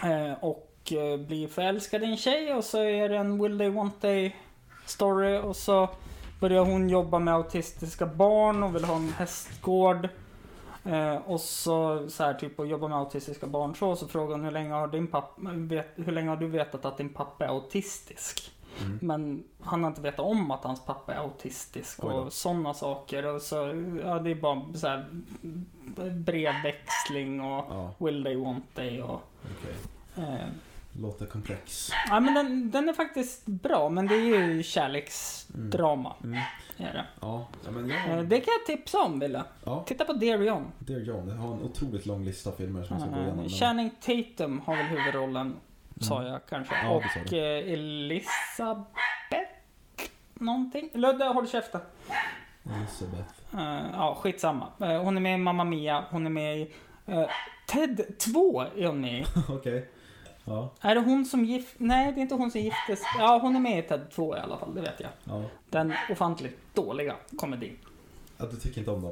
Speaker 1: eh, och eh, blir förälskad i en tjej och så är det en Will They Want They story och så börjar hon jobba med autistiska barn och vill ha en hästgård. Eh, och så, så här typ och jobba med autistiska barn så, och så frågar hon hur länge har din pappa, vet, hur länge har du vetat att din pappa är autistisk?
Speaker 2: Mm.
Speaker 1: Men han har inte vetat om att hans pappa är autistisk
Speaker 2: Oj då.
Speaker 1: och sådana saker. Och så, ja, det är bara så här brevväxling och
Speaker 2: Ja,
Speaker 1: Will they want they och...
Speaker 2: okej.
Speaker 1: Eh,
Speaker 2: Låter komplex.
Speaker 1: ja men den, den är faktiskt bra men det är ju kärleksdrama.
Speaker 2: Mm.
Speaker 1: Är det.
Speaker 2: Ja, ja, men
Speaker 1: Eh,
Speaker 2: jag...
Speaker 1: det kan jag tipsa om Wille.
Speaker 2: Ja,
Speaker 1: Titta på Dear John.
Speaker 2: Dear John. Det har en otroligt lång lista filmer som jag ska gå igenom.
Speaker 1: Eh,
Speaker 2: men-
Speaker 1: Channing Tatum har väl huvudrollen sa jag kanske.
Speaker 2: Ja, det sa
Speaker 1: och eh, Elisabeth någonting. Ludde håll käften.
Speaker 2: Elisabeth.
Speaker 1: Eh, ja, skitsamma. Eh, hon är med i Mamma Mia, hon är med i eh, Ted 2 är hon med i.
Speaker 2: Okej. Ja,
Speaker 1: Är det hon som gift... Nej, det är inte hon som giftes. Ja, hon är med i Ted 2 i alla fall, det vet jag.
Speaker 2: ja.
Speaker 1: Den ofantligt dåliga komedin.
Speaker 2: Att du tycker inte om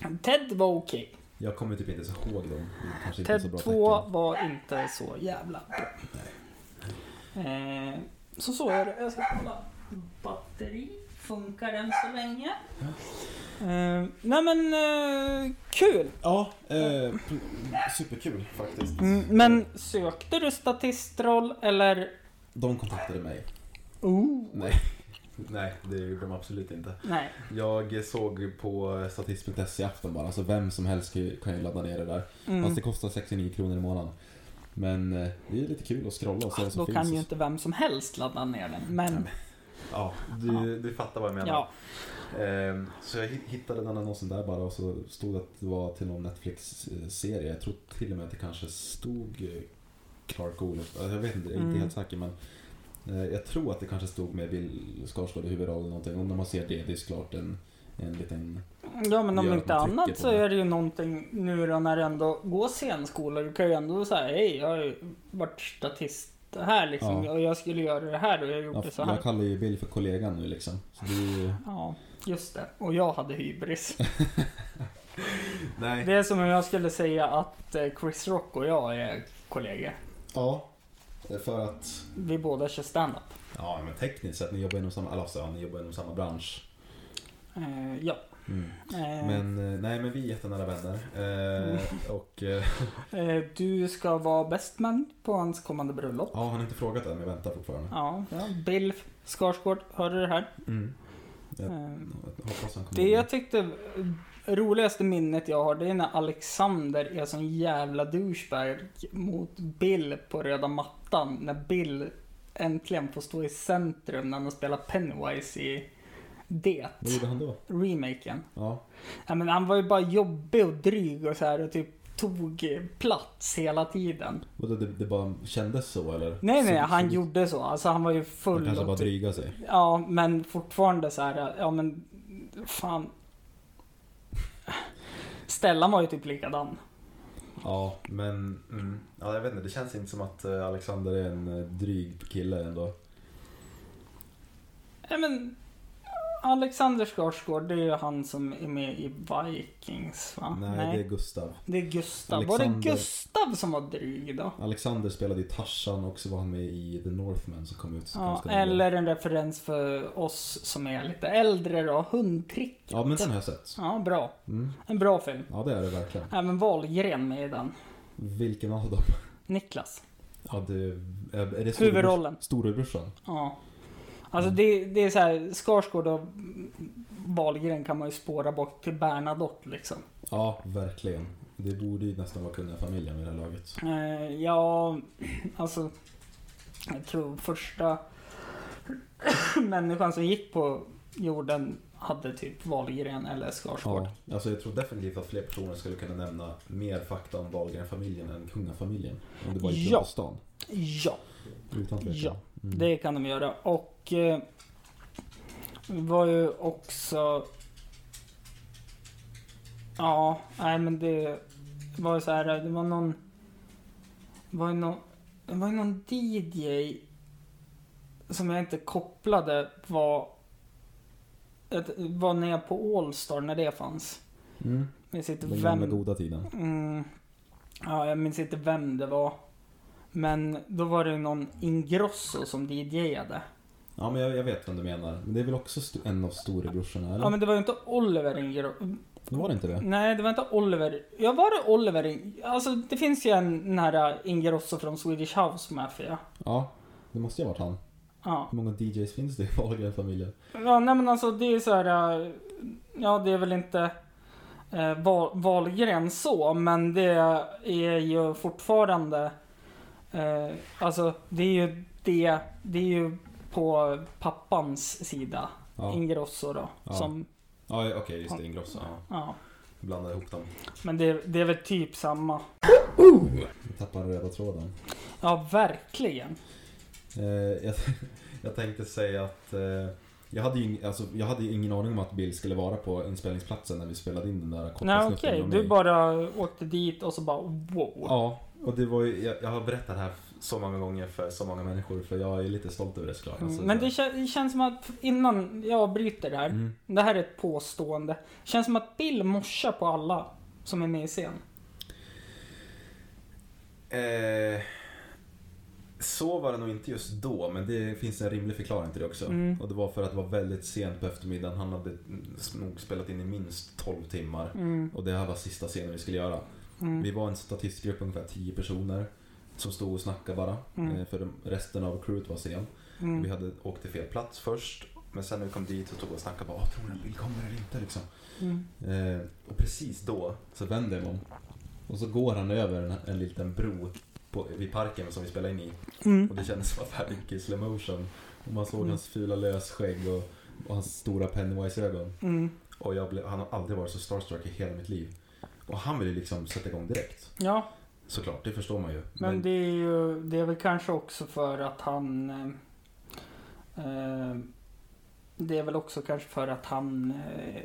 Speaker 2: dem.
Speaker 1: Ted var okej.
Speaker 2: Jag kommer typ inte ens ihåg dem. Det är kanske inte är så bra
Speaker 1: Ted 2
Speaker 2: tecken.
Speaker 1: var inte så jävla bra. Eh, så så är det. Jag ska kolla. Batteri. Funkar än så länge. Eh, nej men eh, kul.
Speaker 2: Ja, eh, superkul faktiskt.
Speaker 1: Mm, Men sökte du statistroll eller?
Speaker 2: De kontaktade mig.
Speaker 1: Oh.
Speaker 2: Nej. Nej, det gjorde de absolut inte.
Speaker 1: Nej.
Speaker 2: Jag såg på statist.se i afton bara, alltså vem som helst kan ju, kan ju ladda ner det där. Fast
Speaker 1: Mm.
Speaker 2: det kostar 69 kronor i månaden. Men eh, det är lite kul att scrolla och se vad som
Speaker 1: Då
Speaker 2: finns.
Speaker 1: kan ju inte vem som helst ladda ner den. Men
Speaker 2: Ja, du, du fattar vad jag menar.
Speaker 1: ja.
Speaker 2: Ehm, så jag hi- hittade den annonsen där bara och så stod det att det var till någon Netflix-serie. Jag tror till och med att det kanske stod eh, Clark Olof. Eh, Jag vet inte, jag är inte
Speaker 1: Mm.
Speaker 2: helt säker men eh, jag tror att det kanske stod med Bill Skarsgård i huvudrollen eller någonting. Om de ser det, det är såklart en, en liten...
Speaker 1: Ja men om
Speaker 2: Gör att
Speaker 1: inte
Speaker 2: man trycker
Speaker 1: annat
Speaker 2: på
Speaker 1: så
Speaker 2: det.
Speaker 1: är det ju någonting nu då när det ändå går scenskola. Du kan ju ändå säga hej jag har ju varit statist här liksom
Speaker 2: Ja.
Speaker 1: och jag skulle göra det här och jag gjorde
Speaker 2: Ja,
Speaker 1: så här.
Speaker 2: jag kallar ju Bill för kollegan nu liksom. Så det är ju...
Speaker 1: Ja, just det. Och jag hade hybris.
Speaker 2: Nej.
Speaker 1: Det är som om jag skulle säga att eh, Chris Rock och jag är kollegor.
Speaker 2: Ja, för att...
Speaker 1: Vi båda kör standup.
Speaker 2: Ja, men tekniskt sett, ni jobbar inom samma, eller, alltså, ja, ni jobbar inom samma bransch.
Speaker 1: Eh, ja.
Speaker 2: Mm.
Speaker 1: Eh, Mm.
Speaker 2: Men eh, nej, men vi är jättenära vänner. Eh, och eh,
Speaker 1: eh, du ska vara best man på hans kommande bröllop.
Speaker 2: ja, han har inte frågat än, men väntar fortfarande.
Speaker 1: Ja, ja. Bill Skarsgård, hörde du det här?
Speaker 2: Mm.
Speaker 1: Eh,
Speaker 2: Jag Hoppas han kommer
Speaker 1: Det jag
Speaker 2: ihåg.
Speaker 1: tyckte eh, roligaste minnet jag har det är när Alexander är sån jävla douchebag mot Bill på röda mattan. När Bill äntligen får stå i centrum när han spelar Pennywise i det.
Speaker 2: Vad gjorde han då?
Speaker 1: Remaken.
Speaker 2: Ja,
Speaker 1: Ja, men han var ju bara jobbig och dryg och så här och typ tog plats hela tiden.
Speaker 2: vadå, det, det bara kändes så eller?
Speaker 1: Nej nej,
Speaker 2: Så-
Speaker 1: han
Speaker 2: så-
Speaker 1: gjorde så. Alltså han var ju
Speaker 2: Han
Speaker 1: full
Speaker 2: kanske
Speaker 1: och
Speaker 2: bara
Speaker 1: typ-
Speaker 2: dryga sig.
Speaker 1: Ja, men fortfarande så här, ja men fan. Stellan var ju typ likadan.
Speaker 2: Ja, men mm, ja, jag vet inte, det känns inte som att eh, Alexander är en eh, dryg kille ändå.
Speaker 1: Ja, men Alexander Skarsgård, det är ju han som är med i Vikings va?
Speaker 2: nej, det är Gustav.
Speaker 1: det är Gustav. Var det
Speaker 2: Alexander.
Speaker 1: Gustav som var dryg då?
Speaker 2: Alexander spelade i Tarzan och så var han med i The Northman som kom ut. så
Speaker 1: Ja,
Speaker 2: ganska nyligen.
Speaker 1: eller en referens för oss som är lite äldre då, Hundpricket.
Speaker 2: Ja, men den har jag sett.
Speaker 1: Ja, bra.
Speaker 2: Mm.
Speaker 1: En bra film.
Speaker 2: Ja, det är det verkligen.
Speaker 1: Även Wahlgren med i den.
Speaker 2: Vilken av dem?
Speaker 1: Niklas.
Speaker 2: Ja, det, är det storebrors-
Speaker 1: Huvudrollen.
Speaker 2: Storebrorsan?
Speaker 1: Ja. Alltså det, det är så här, Skarsgård och Wahlgren kan man ju spåra bort till Bernadotte liksom.
Speaker 2: Ja, verkligen. Det borde ju nästan vara kunniga familjen vid det här laget.
Speaker 1: Eh, ja, alltså. Jag tror första människan som gick på jorden hade typ Wahlgren eller Skarsgård.
Speaker 2: Ja, alltså jag tror definitivt att fler personer skulle kunna nämna mer fakta om Wahlgren-familjen än kungafamiljen. Om det bara gick
Speaker 1: Ja.
Speaker 2: runt på stan.
Speaker 1: ja.
Speaker 2: Utan tvekan.
Speaker 1: Ja,
Speaker 2: Mm.
Speaker 1: Det kan de göra. Och eh, var ju också... Ja, nej men det var ju så här, det var någon... Det var ju någon, det var ju någon DJ som jag inte kopplade var... ett- Var nere på Allstar när det fanns.
Speaker 2: Mm.
Speaker 1: Jag minns inte
Speaker 2: Den gamla
Speaker 1: vem...
Speaker 2: goda tiden.
Speaker 1: Mm, ja, jag minns inte vem det var. Men då var det någon Ingrosso som DJade.
Speaker 2: Ja, men jag, jag vet vem du menar. Men det är väl också st- en av storebrorsorna, eller?
Speaker 1: Ja men det var ju inte Oliver Ingrosso.
Speaker 2: Var det inte det?
Speaker 1: Nej det var inte Oliver. Ja var det Oliver In- Alltså det finns ju en den här Ingrosso från Swedish House Mafia.
Speaker 2: Ja, det måste ju ha varit han.
Speaker 1: Ja.
Speaker 2: Hur många DJs finns det i Wahlgren-familjen?
Speaker 1: ja nej men alltså det är så här. äh, Ja det är väl inte eh, Wahl- Wahlgren så men det är ju fortfarande. Eh, alltså det är ju det. Det är ju på pappans sida.
Speaker 2: Ja,
Speaker 1: Ingrosso då.
Speaker 2: Ja.
Speaker 1: Som,
Speaker 2: ja okej, just det. Ingrosso. Ja.
Speaker 1: ja.
Speaker 2: Blanda ihop dem.
Speaker 1: Men det, det är väl typ samma.
Speaker 2: Vi tappar den röda tråden.
Speaker 1: Ja verkligen.
Speaker 2: Eh, jag, jag tänkte säga att eh, Jag hade, ju, ing- alltså, jag hade ju ingen aning om att Bill skulle vara på inspelningsplatsen när vi spelade in den där korta
Speaker 1: Nej
Speaker 2: snutten
Speaker 1: okej,
Speaker 2: om
Speaker 1: du
Speaker 2: mig.
Speaker 1: bara åkte dit och så bara wow.
Speaker 2: Ja, och det var ju, jag, jag har berättat det här så många gånger för så många människor för jag är lite stolt över det såklart.
Speaker 1: Mm,
Speaker 2: Alltså,
Speaker 1: Men det, kän- det känns som att innan jag bryter det här.
Speaker 2: Mm.
Speaker 1: Det här är ett påstående. Känns som att Bill morsar på alla som är med i scen.
Speaker 2: Eh, så var det nog inte just då, men det finns en rimlig förklaring till det också.
Speaker 1: Mm.
Speaker 2: Och det var för att det var väldigt sent på eftermiddagen. Han hade mm, nog spelat in i minst 12 timmar.
Speaker 1: Mm,
Speaker 2: Och det här var sista scenen vi skulle göra.
Speaker 1: mm,
Speaker 2: Vi var en statistgrupp, ungefär 10 personer. Som stod och snackade bara.
Speaker 1: Mm.
Speaker 2: eh, För de- resten av crewet var sen. Vi
Speaker 1: mm,
Speaker 2: hade åkt till fel plats först. Men sen när vi kom dit och tog och snackade bara, "Åh, tror ni att vi kommer eller inte liksom?
Speaker 1: mm.
Speaker 2: Eh, och precis då så vänder jag mig om. Och så går han över en, en liten bro på, vid parken som vi spelar in i.
Speaker 1: Mm.
Speaker 2: Och det kändes som att han gick i slow motion. Och man såg
Speaker 1: Mm.
Speaker 2: hans fula lösskägg och, och hans stora Pennywise-ögon.
Speaker 1: Mm.
Speaker 2: Och jag blev, han har aldrig varit så starstruck i hela mitt liv. Och han ville liksom sätta igång direkt.
Speaker 1: Ja,
Speaker 2: Såklart, det förstår man ju.
Speaker 1: men det är ju det är väl kanske också för att han... eh, eh, Det är väl också kanske för att han... eh,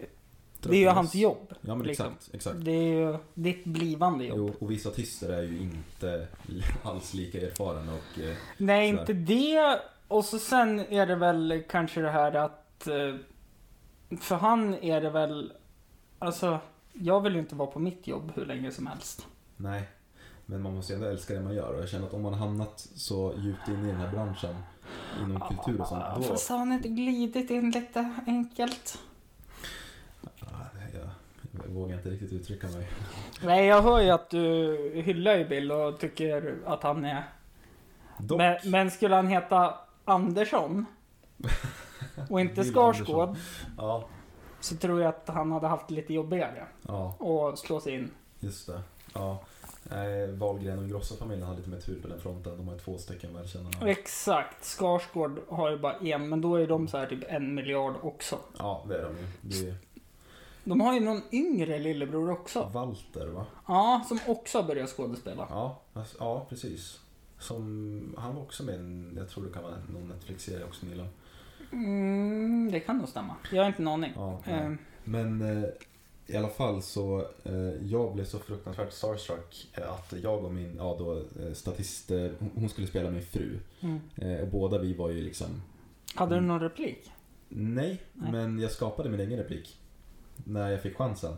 Speaker 1: Det är ju hans jobb.
Speaker 2: Ja men
Speaker 1: liksom.
Speaker 2: exakt, exakt.
Speaker 1: Det är ju ditt blivande jobb.
Speaker 2: Jo, och vissa artister är ju inte alls lika erfarna och... Eh,
Speaker 1: Nej,
Speaker 2: Sådär.
Speaker 1: inte det. Och så sen är det väl kanske det här att... eh, För han är det väl... Alltså, jag vill ju inte vara på mitt jobb hur länge som helst.
Speaker 2: Nej, men man måste ju ändå älska det man gör och jag känner att om man har hamnat så djupt in i den här branschen inom kultur och
Speaker 1: Ah,
Speaker 2: sånt då...
Speaker 1: Fast har han inte glidit in lite enkelt?
Speaker 2: Ah, Jag, jag vågar inte riktigt uttrycka mig.
Speaker 1: Nej, jag hör ju att du hyllar ju Bill och tycker att han är...
Speaker 2: Dock,
Speaker 1: Men, men skulle han heta Andersson? Och inte
Speaker 2: Bill
Speaker 1: Skarsgård?
Speaker 2: Andersson. Ja,
Speaker 1: Så tror jag att han hade haft lite jobbigare.
Speaker 2: ja,
Speaker 1: Och slå sig in.
Speaker 2: just det. Ja. Eh, Wahlgren och Grossa-familjen har lite mer tur på den fronten. De har ju två stycken välkända namn.
Speaker 1: Exakt. Skarsgård har ju bara en, men då är de så här typ en miljard också.
Speaker 2: Ja, det är de ju. Det är
Speaker 1: De har ju någon yngre lillebror också.
Speaker 2: Walter, va?
Speaker 1: Ja, som också har börjat skådespela.
Speaker 2: Ja, alltså, ja precis. Som, han var också med i en, jag tror det kan vara någon Netflix-serie också, Nilan.
Speaker 1: Mm, det kan nog stämma. Jag har inte en aning.
Speaker 2: Ja, nej.
Speaker 1: Ehm,
Speaker 2: Men eh, i alla fall så, eh, jag blev så fruktansvärt starstruck eh, att jag och min, ja då eh, statist, eh, hon- hon skulle spela min fru.
Speaker 1: mm.
Speaker 2: Eh, och båda vi var ju liksom,
Speaker 1: Hade du någon replik?
Speaker 2: nej,
Speaker 1: Nej.
Speaker 2: men jag skapade min egen replik. När jag fick chansen.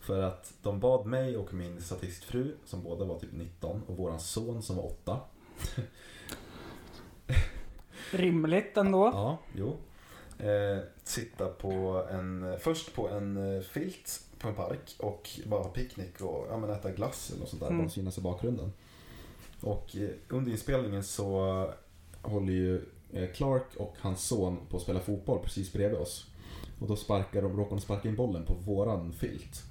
Speaker 2: För att de bad mig och min statistfru, som båda var typ 19, och våran son som var 8.
Speaker 1: Rimligt ändå.
Speaker 2: Ja, jo. Eh, sitta på en, först på en eh, filt på en park och bara ha picknick och ja, men äta glass eller något sånt där.
Speaker 1: Mm.
Speaker 2: Bara synas i bakgrunden. Och eh, under inspelningen så håller ju eh, Clark och hans son på att spela fotboll precis bredvid oss. Och då sparkar de, råkar de sparka in bollen på våran filt.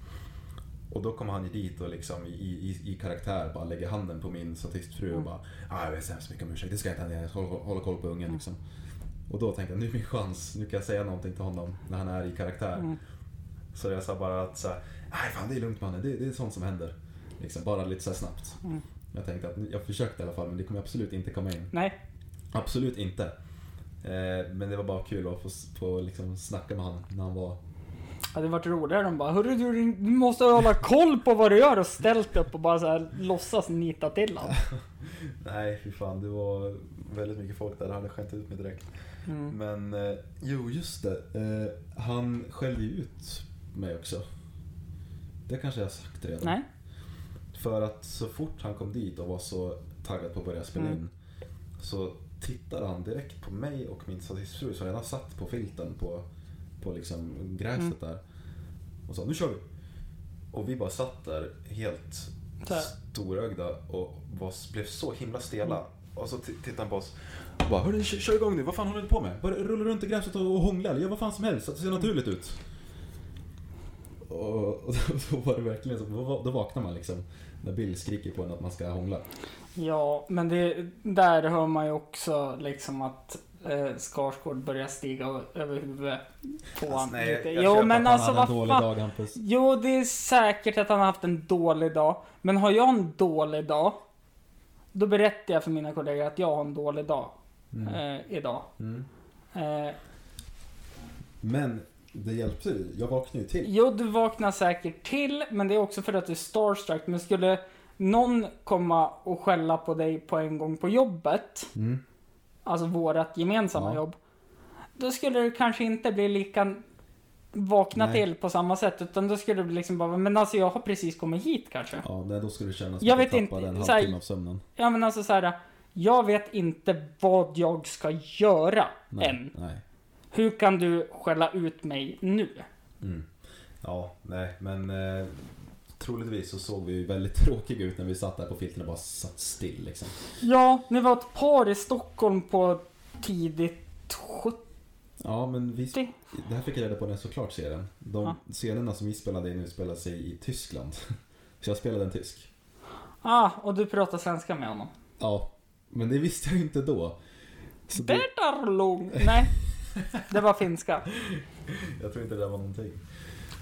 Speaker 2: Och då kommer han ju dit och liksom i, i, i karaktär bara lägger handen på min statistfru och
Speaker 1: Mm.
Speaker 2: bara ah, Jag vet så hemskt mycket om ursäkt, det ska jag inte hända, jag håller, håller koll på
Speaker 1: Mm.
Speaker 2: ungen liksom. Och då tänkte jag nu är min chans, nu kan jag säga någonting till honom när han är i karaktär.
Speaker 1: Mm.
Speaker 2: Så jag sa bara att så här, nej fan det är lugnt mannen, det, det är sånt som händer. Liksom, bara lite så här snabbt.
Speaker 1: Mm.
Speaker 2: Jag tänkte att jag försökte i alla fall men det kommer absolut inte komma in.
Speaker 1: Nej.
Speaker 2: Absolut inte. Eh, men det var bara kul att få, få liksom snacka med honom när han var...
Speaker 1: Det hade varit roligare om bara Hörru du, ring- du måste hålla koll på vad du gör och ställt upp och bara så här låtsas nita till allt.
Speaker 2: Nej fy fan, det var väldigt mycket folk där, det hade skämt ut mig direkt.
Speaker 1: Mm.
Speaker 2: Men eh, jo, just det. Eh, han skällde ju ut mig också. Det kanske jag har sagt redan.
Speaker 1: Nej.
Speaker 2: För att så fort han kom dit och var så taggad på att börja spela
Speaker 1: Mm.
Speaker 2: in så tittade han direkt på mig och min statistfru som redan satt på filten på, på liksom
Speaker 1: Mm.
Speaker 2: gräset där och sa nu kör vi. Och vi bara satt där helt
Speaker 1: Så här.
Speaker 2: storögda och var, blev så himla stela.
Speaker 1: Mm.
Speaker 2: Och så ti- tittade han på oss och bara hörru kör, kör igång nu, vad fan håller du på med? Bara rulla runt i gräset och, och hångla eller gör vad fan som helst så att det ser naturligt ut. Och, och då var det verkligen så, då, då vaknar man liksom när Bill skriker på en att man ska hångla.
Speaker 1: Ja, men det, där hör man ju också liksom att eh, Skarsgård börjar stiga ö- över huvudet på honom lite. Jo, men alltså vad fan.
Speaker 2: dag Hampus.
Speaker 1: Jo, det är säkert att han har haft en dålig dag. Men har jag en dålig dag, då berättar jag för mina kollegor att jag har en dålig dag
Speaker 2: Mm.
Speaker 1: eh, idag.
Speaker 2: Mm.
Speaker 1: Eh,
Speaker 2: Men det hjälpte ju. Jag vaknade ju till.
Speaker 1: Jo, du vaknar säkert till, men det är också för att du är starstruck. Men skulle någon komma och skälla på dig på en gång på jobbet,
Speaker 2: Mm.
Speaker 1: alltså vårat gemensamma
Speaker 2: Ja.
Speaker 1: jobb, då skulle du kanske inte bli lika vakna
Speaker 2: Nej.
Speaker 1: till på samma sätt, utan då skulle du liksom bara, men alltså jag har precis kommit hit kanske.
Speaker 2: Ja, nej, då skulle det kännas
Speaker 1: Jag
Speaker 2: som att
Speaker 1: vet
Speaker 2: jag tappade
Speaker 1: inte,
Speaker 2: en
Speaker 1: så här-
Speaker 2: halvtimme av sömnen.
Speaker 1: Ja men alltså så här. Jag vet inte vad jag ska göra
Speaker 2: Nej,
Speaker 1: än.
Speaker 2: nej.
Speaker 1: Hur kan du skälla ut mig nu?
Speaker 2: Mm. Ja, nej, men eh, troligtvis så såg vi ju väldigt tråkiga ut när vi satt där på filten och bara satt still liksom.
Speaker 1: Ja, ni var ett par i Stockholm på tidigt 70.
Speaker 2: Ja, men vi... Det här fick jag reda på när jag såklart serien. De
Speaker 1: Ja.
Speaker 2: scenerna som vi spelade in utspelade sig i Tyskland. Så jag spelade en tysk.
Speaker 1: Ah, och du pratar svenska med honom.
Speaker 2: Ja, men det visste jag ju inte då. Så det,
Speaker 1: Bertarlung! Nej, det var finska.
Speaker 2: jag tror inte det där var någonting.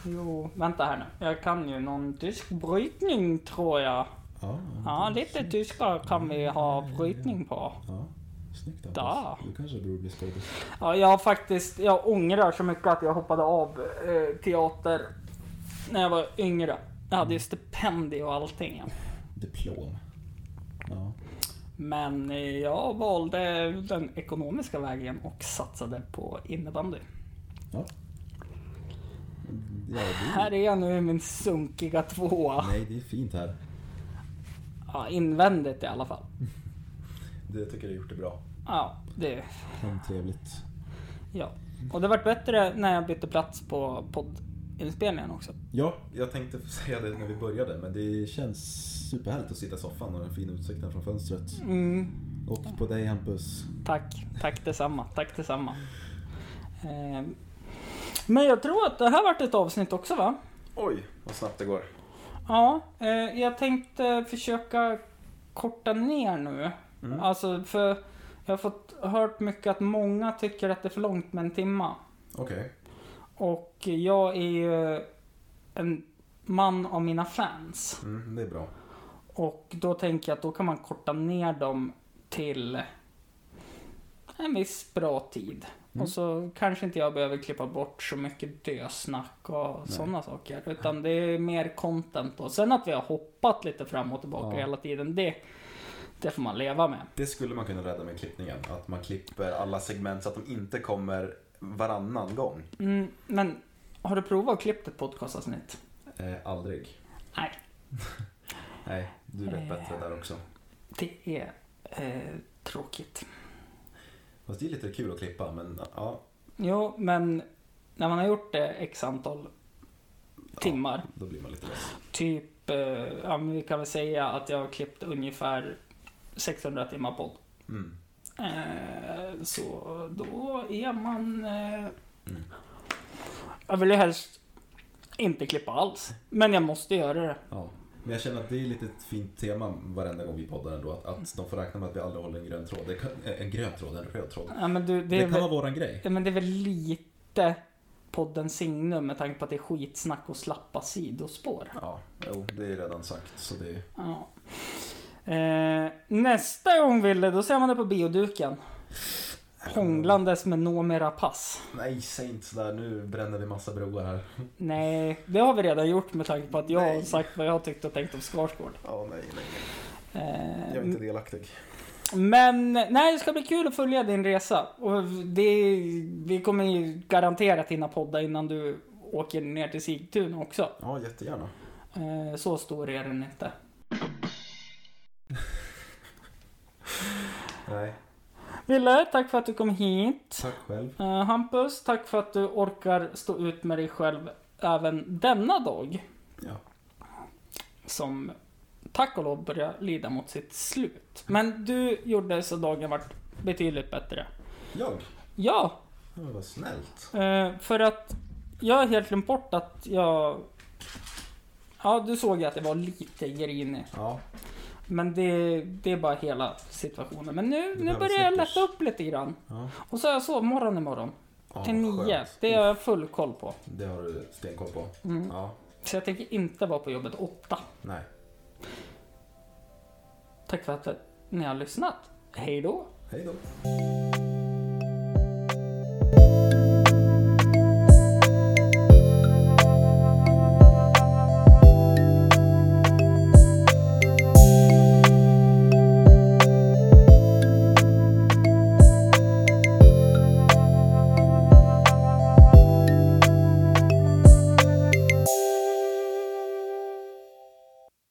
Speaker 1: Jo, vänta här nu. Jag kan ju någon tysk brytning tror jag.
Speaker 2: Ja,
Speaker 1: Ja, lite tyska kan vi ha brytning på.
Speaker 2: ja. Snyggt Anders.
Speaker 1: Da.
Speaker 2: Du kanske borde bli skådis.
Speaker 1: Ja, jag har faktiskt, jag ångrar så mycket att jag hoppade av eh, teater när jag var yngre. Jag hade ju stipendier och allting. ja.
Speaker 2: Diplom. Ja.
Speaker 1: Men eh, jag valde den ekonomiska vägen och satsade på innebandy.
Speaker 2: Ja. ja
Speaker 1: Här
Speaker 2: det,
Speaker 1: är jag nu i min sunkiga tvåa.
Speaker 2: nej, det är fint här.
Speaker 1: Ja, invändigt i alla fall.
Speaker 2: Det tycker jag har gjort det bra.
Speaker 1: Ja, det,
Speaker 2: Fan, trevligt.
Speaker 1: ja. Och det vart bättre när jag bytte plats på poddinspelningen också.
Speaker 2: Ja, jag tänkte säga det när vi började, men det känns superhärligt att sitta i soffan och den fina utsikten från fönstret.
Speaker 1: Mm,
Speaker 2: Och på dig Hampus.
Speaker 1: Tack, tack detsamma, tack detsamma. Eh, Men jag tror att det här vart ett avsnitt också va?
Speaker 2: Oj, vad snabbt det går.
Speaker 1: Ja, eh, jag tänkte försöka korta ner nu.
Speaker 2: Mm.
Speaker 1: Alltså för jag har fått hört mycket att många tycker att det är för långt med en timma.
Speaker 2: Okej.
Speaker 1: Och jag är ju en man av mina fans.
Speaker 2: Mm, det är bra.
Speaker 1: Och då tänker jag att då kan man korta ner dem till en viss bra tid.
Speaker 2: Mm.
Speaker 1: Och så kanske inte jag behöver klippa bort så mycket dösnack och sådana saker. Utan det är mer content då. Sen att vi har hoppat lite fram och tillbaka
Speaker 2: Ja.
Speaker 1: hela tiden, det, det får man leva med.
Speaker 3: Det skulle man kunna rädda med klippningen. Att man klipper alla segment så att de inte kommer varannan gång.
Speaker 1: Mm, men har du provat att klippa ett podcastavsnitt?
Speaker 2: Eh, aldrig.
Speaker 1: Nej,
Speaker 2: Nej, du
Speaker 1: Eh.
Speaker 2: vet bättre där också.
Speaker 1: det är eh, tråkigt.
Speaker 2: Fast det är lite kul att klippa, men ja.
Speaker 1: Jo, men när man har gjort det x antal timmar.
Speaker 2: ja då blir man lite less.
Speaker 1: Typ, eh, ja, men vi kan väl säga att jag har klippt ungefär 600 timmar podd.
Speaker 2: Mm.
Speaker 1: Eh, så då är man... Eh,
Speaker 2: Mm.
Speaker 1: Jag vill ju helst inte klippa alls. Men jag måste göra det.
Speaker 2: Ja. Men jag känner att det är lite ett fint tema varenda gång vi poddar ändå. Att,
Speaker 1: Mm.
Speaker 2: att de får räkna med att vi aldrig håller en grön tråd. Det kan, eh, en grön tråd, en röd tråd.
Speaker 1: Ja, men du, det,
Speaker 2: Det,
Speaker 1: är
Speaker 2: kan
Speaker 1: väl,
Speaker 2: vara våran grej.
Speaker 1: ja, men det är väl lite poddens signum med tanke på att det är skitsnack och slappa sidospår.
Speaker 2: Ja, jo, det är redan sagt. Så det...
Speaker 1: Ja. Eh, nästa gång Wille, då ser man det på bioduken. Hånglandes med Nomera Pass.
Speaker 2: Nej, säg inte sådär. Nu bränner vi massa broar här.
Speaker 1: Nej, det har vi redan gjort med tanke på att jag har
Speaker 2: Nej.
Speaker 1: sagt vad jag tyckte och tänkt om Skarsgård.
Speaker 2: Ja, nej, nej.
Speaker 1: Eh,
Speaker 2: delaktig.
Speaker 1: men nej, det ska bli kul att följa din resa. Och det, vi kommer ju garanterat hinna podda innan du åker ner till Sigtuna också.
Speaker 2: Ja, jättegärna.
Speaker 1: Eh, så stor är den inte.
Speaker 2: Nej,
Speaker 1: Wille, tack för att du kom hit.
Speaker 2: tack själv.
Speaker 1: Eh, Hampus, tack för att du orkar stå ut med dig själv även denna dag.
Speaker 2: Ja.
Speaker 1: som tack och lov börjar lida mot sitt slut. Men du gjorde så dagen vart betydligt bättre.
Speaker 2: Jag?
Speaker 1: Ja,
Speaker 2: Ja, men vad snällt.
Speaker 1: eh, för att jag har helt glömt bort att jag... Ja, du såg ju att det var lite grinig.
Speaker 2: Ja,
Speaker 1: Men det, det är bara hela situationen. Men nu, nu
Speaker 2: behöver
Speaker 1: börjar jag
Speaker 2: snickers.
Speaker 1: lätta upp lite grann.
Speaker 2: Ja.
Speaker 1: Och så har jag sovmorgon imorgon.
Speaker 2: Ja,
Speaker 1: Till
Speaker 2: vad
Speaker 1: nio.
Speaker 2: skönt.
Speaker 1: Det Mm. har jag full koll på.
Speaker 2: det har du stenkoll på. Ja,
Speaker 1: Så jag tänker inte vara på jobbet åtta.
Speaker 2: nej.
Speaker 1: Tack för att ni har lyssnat. Hej då!
Speaker 2: Hej då.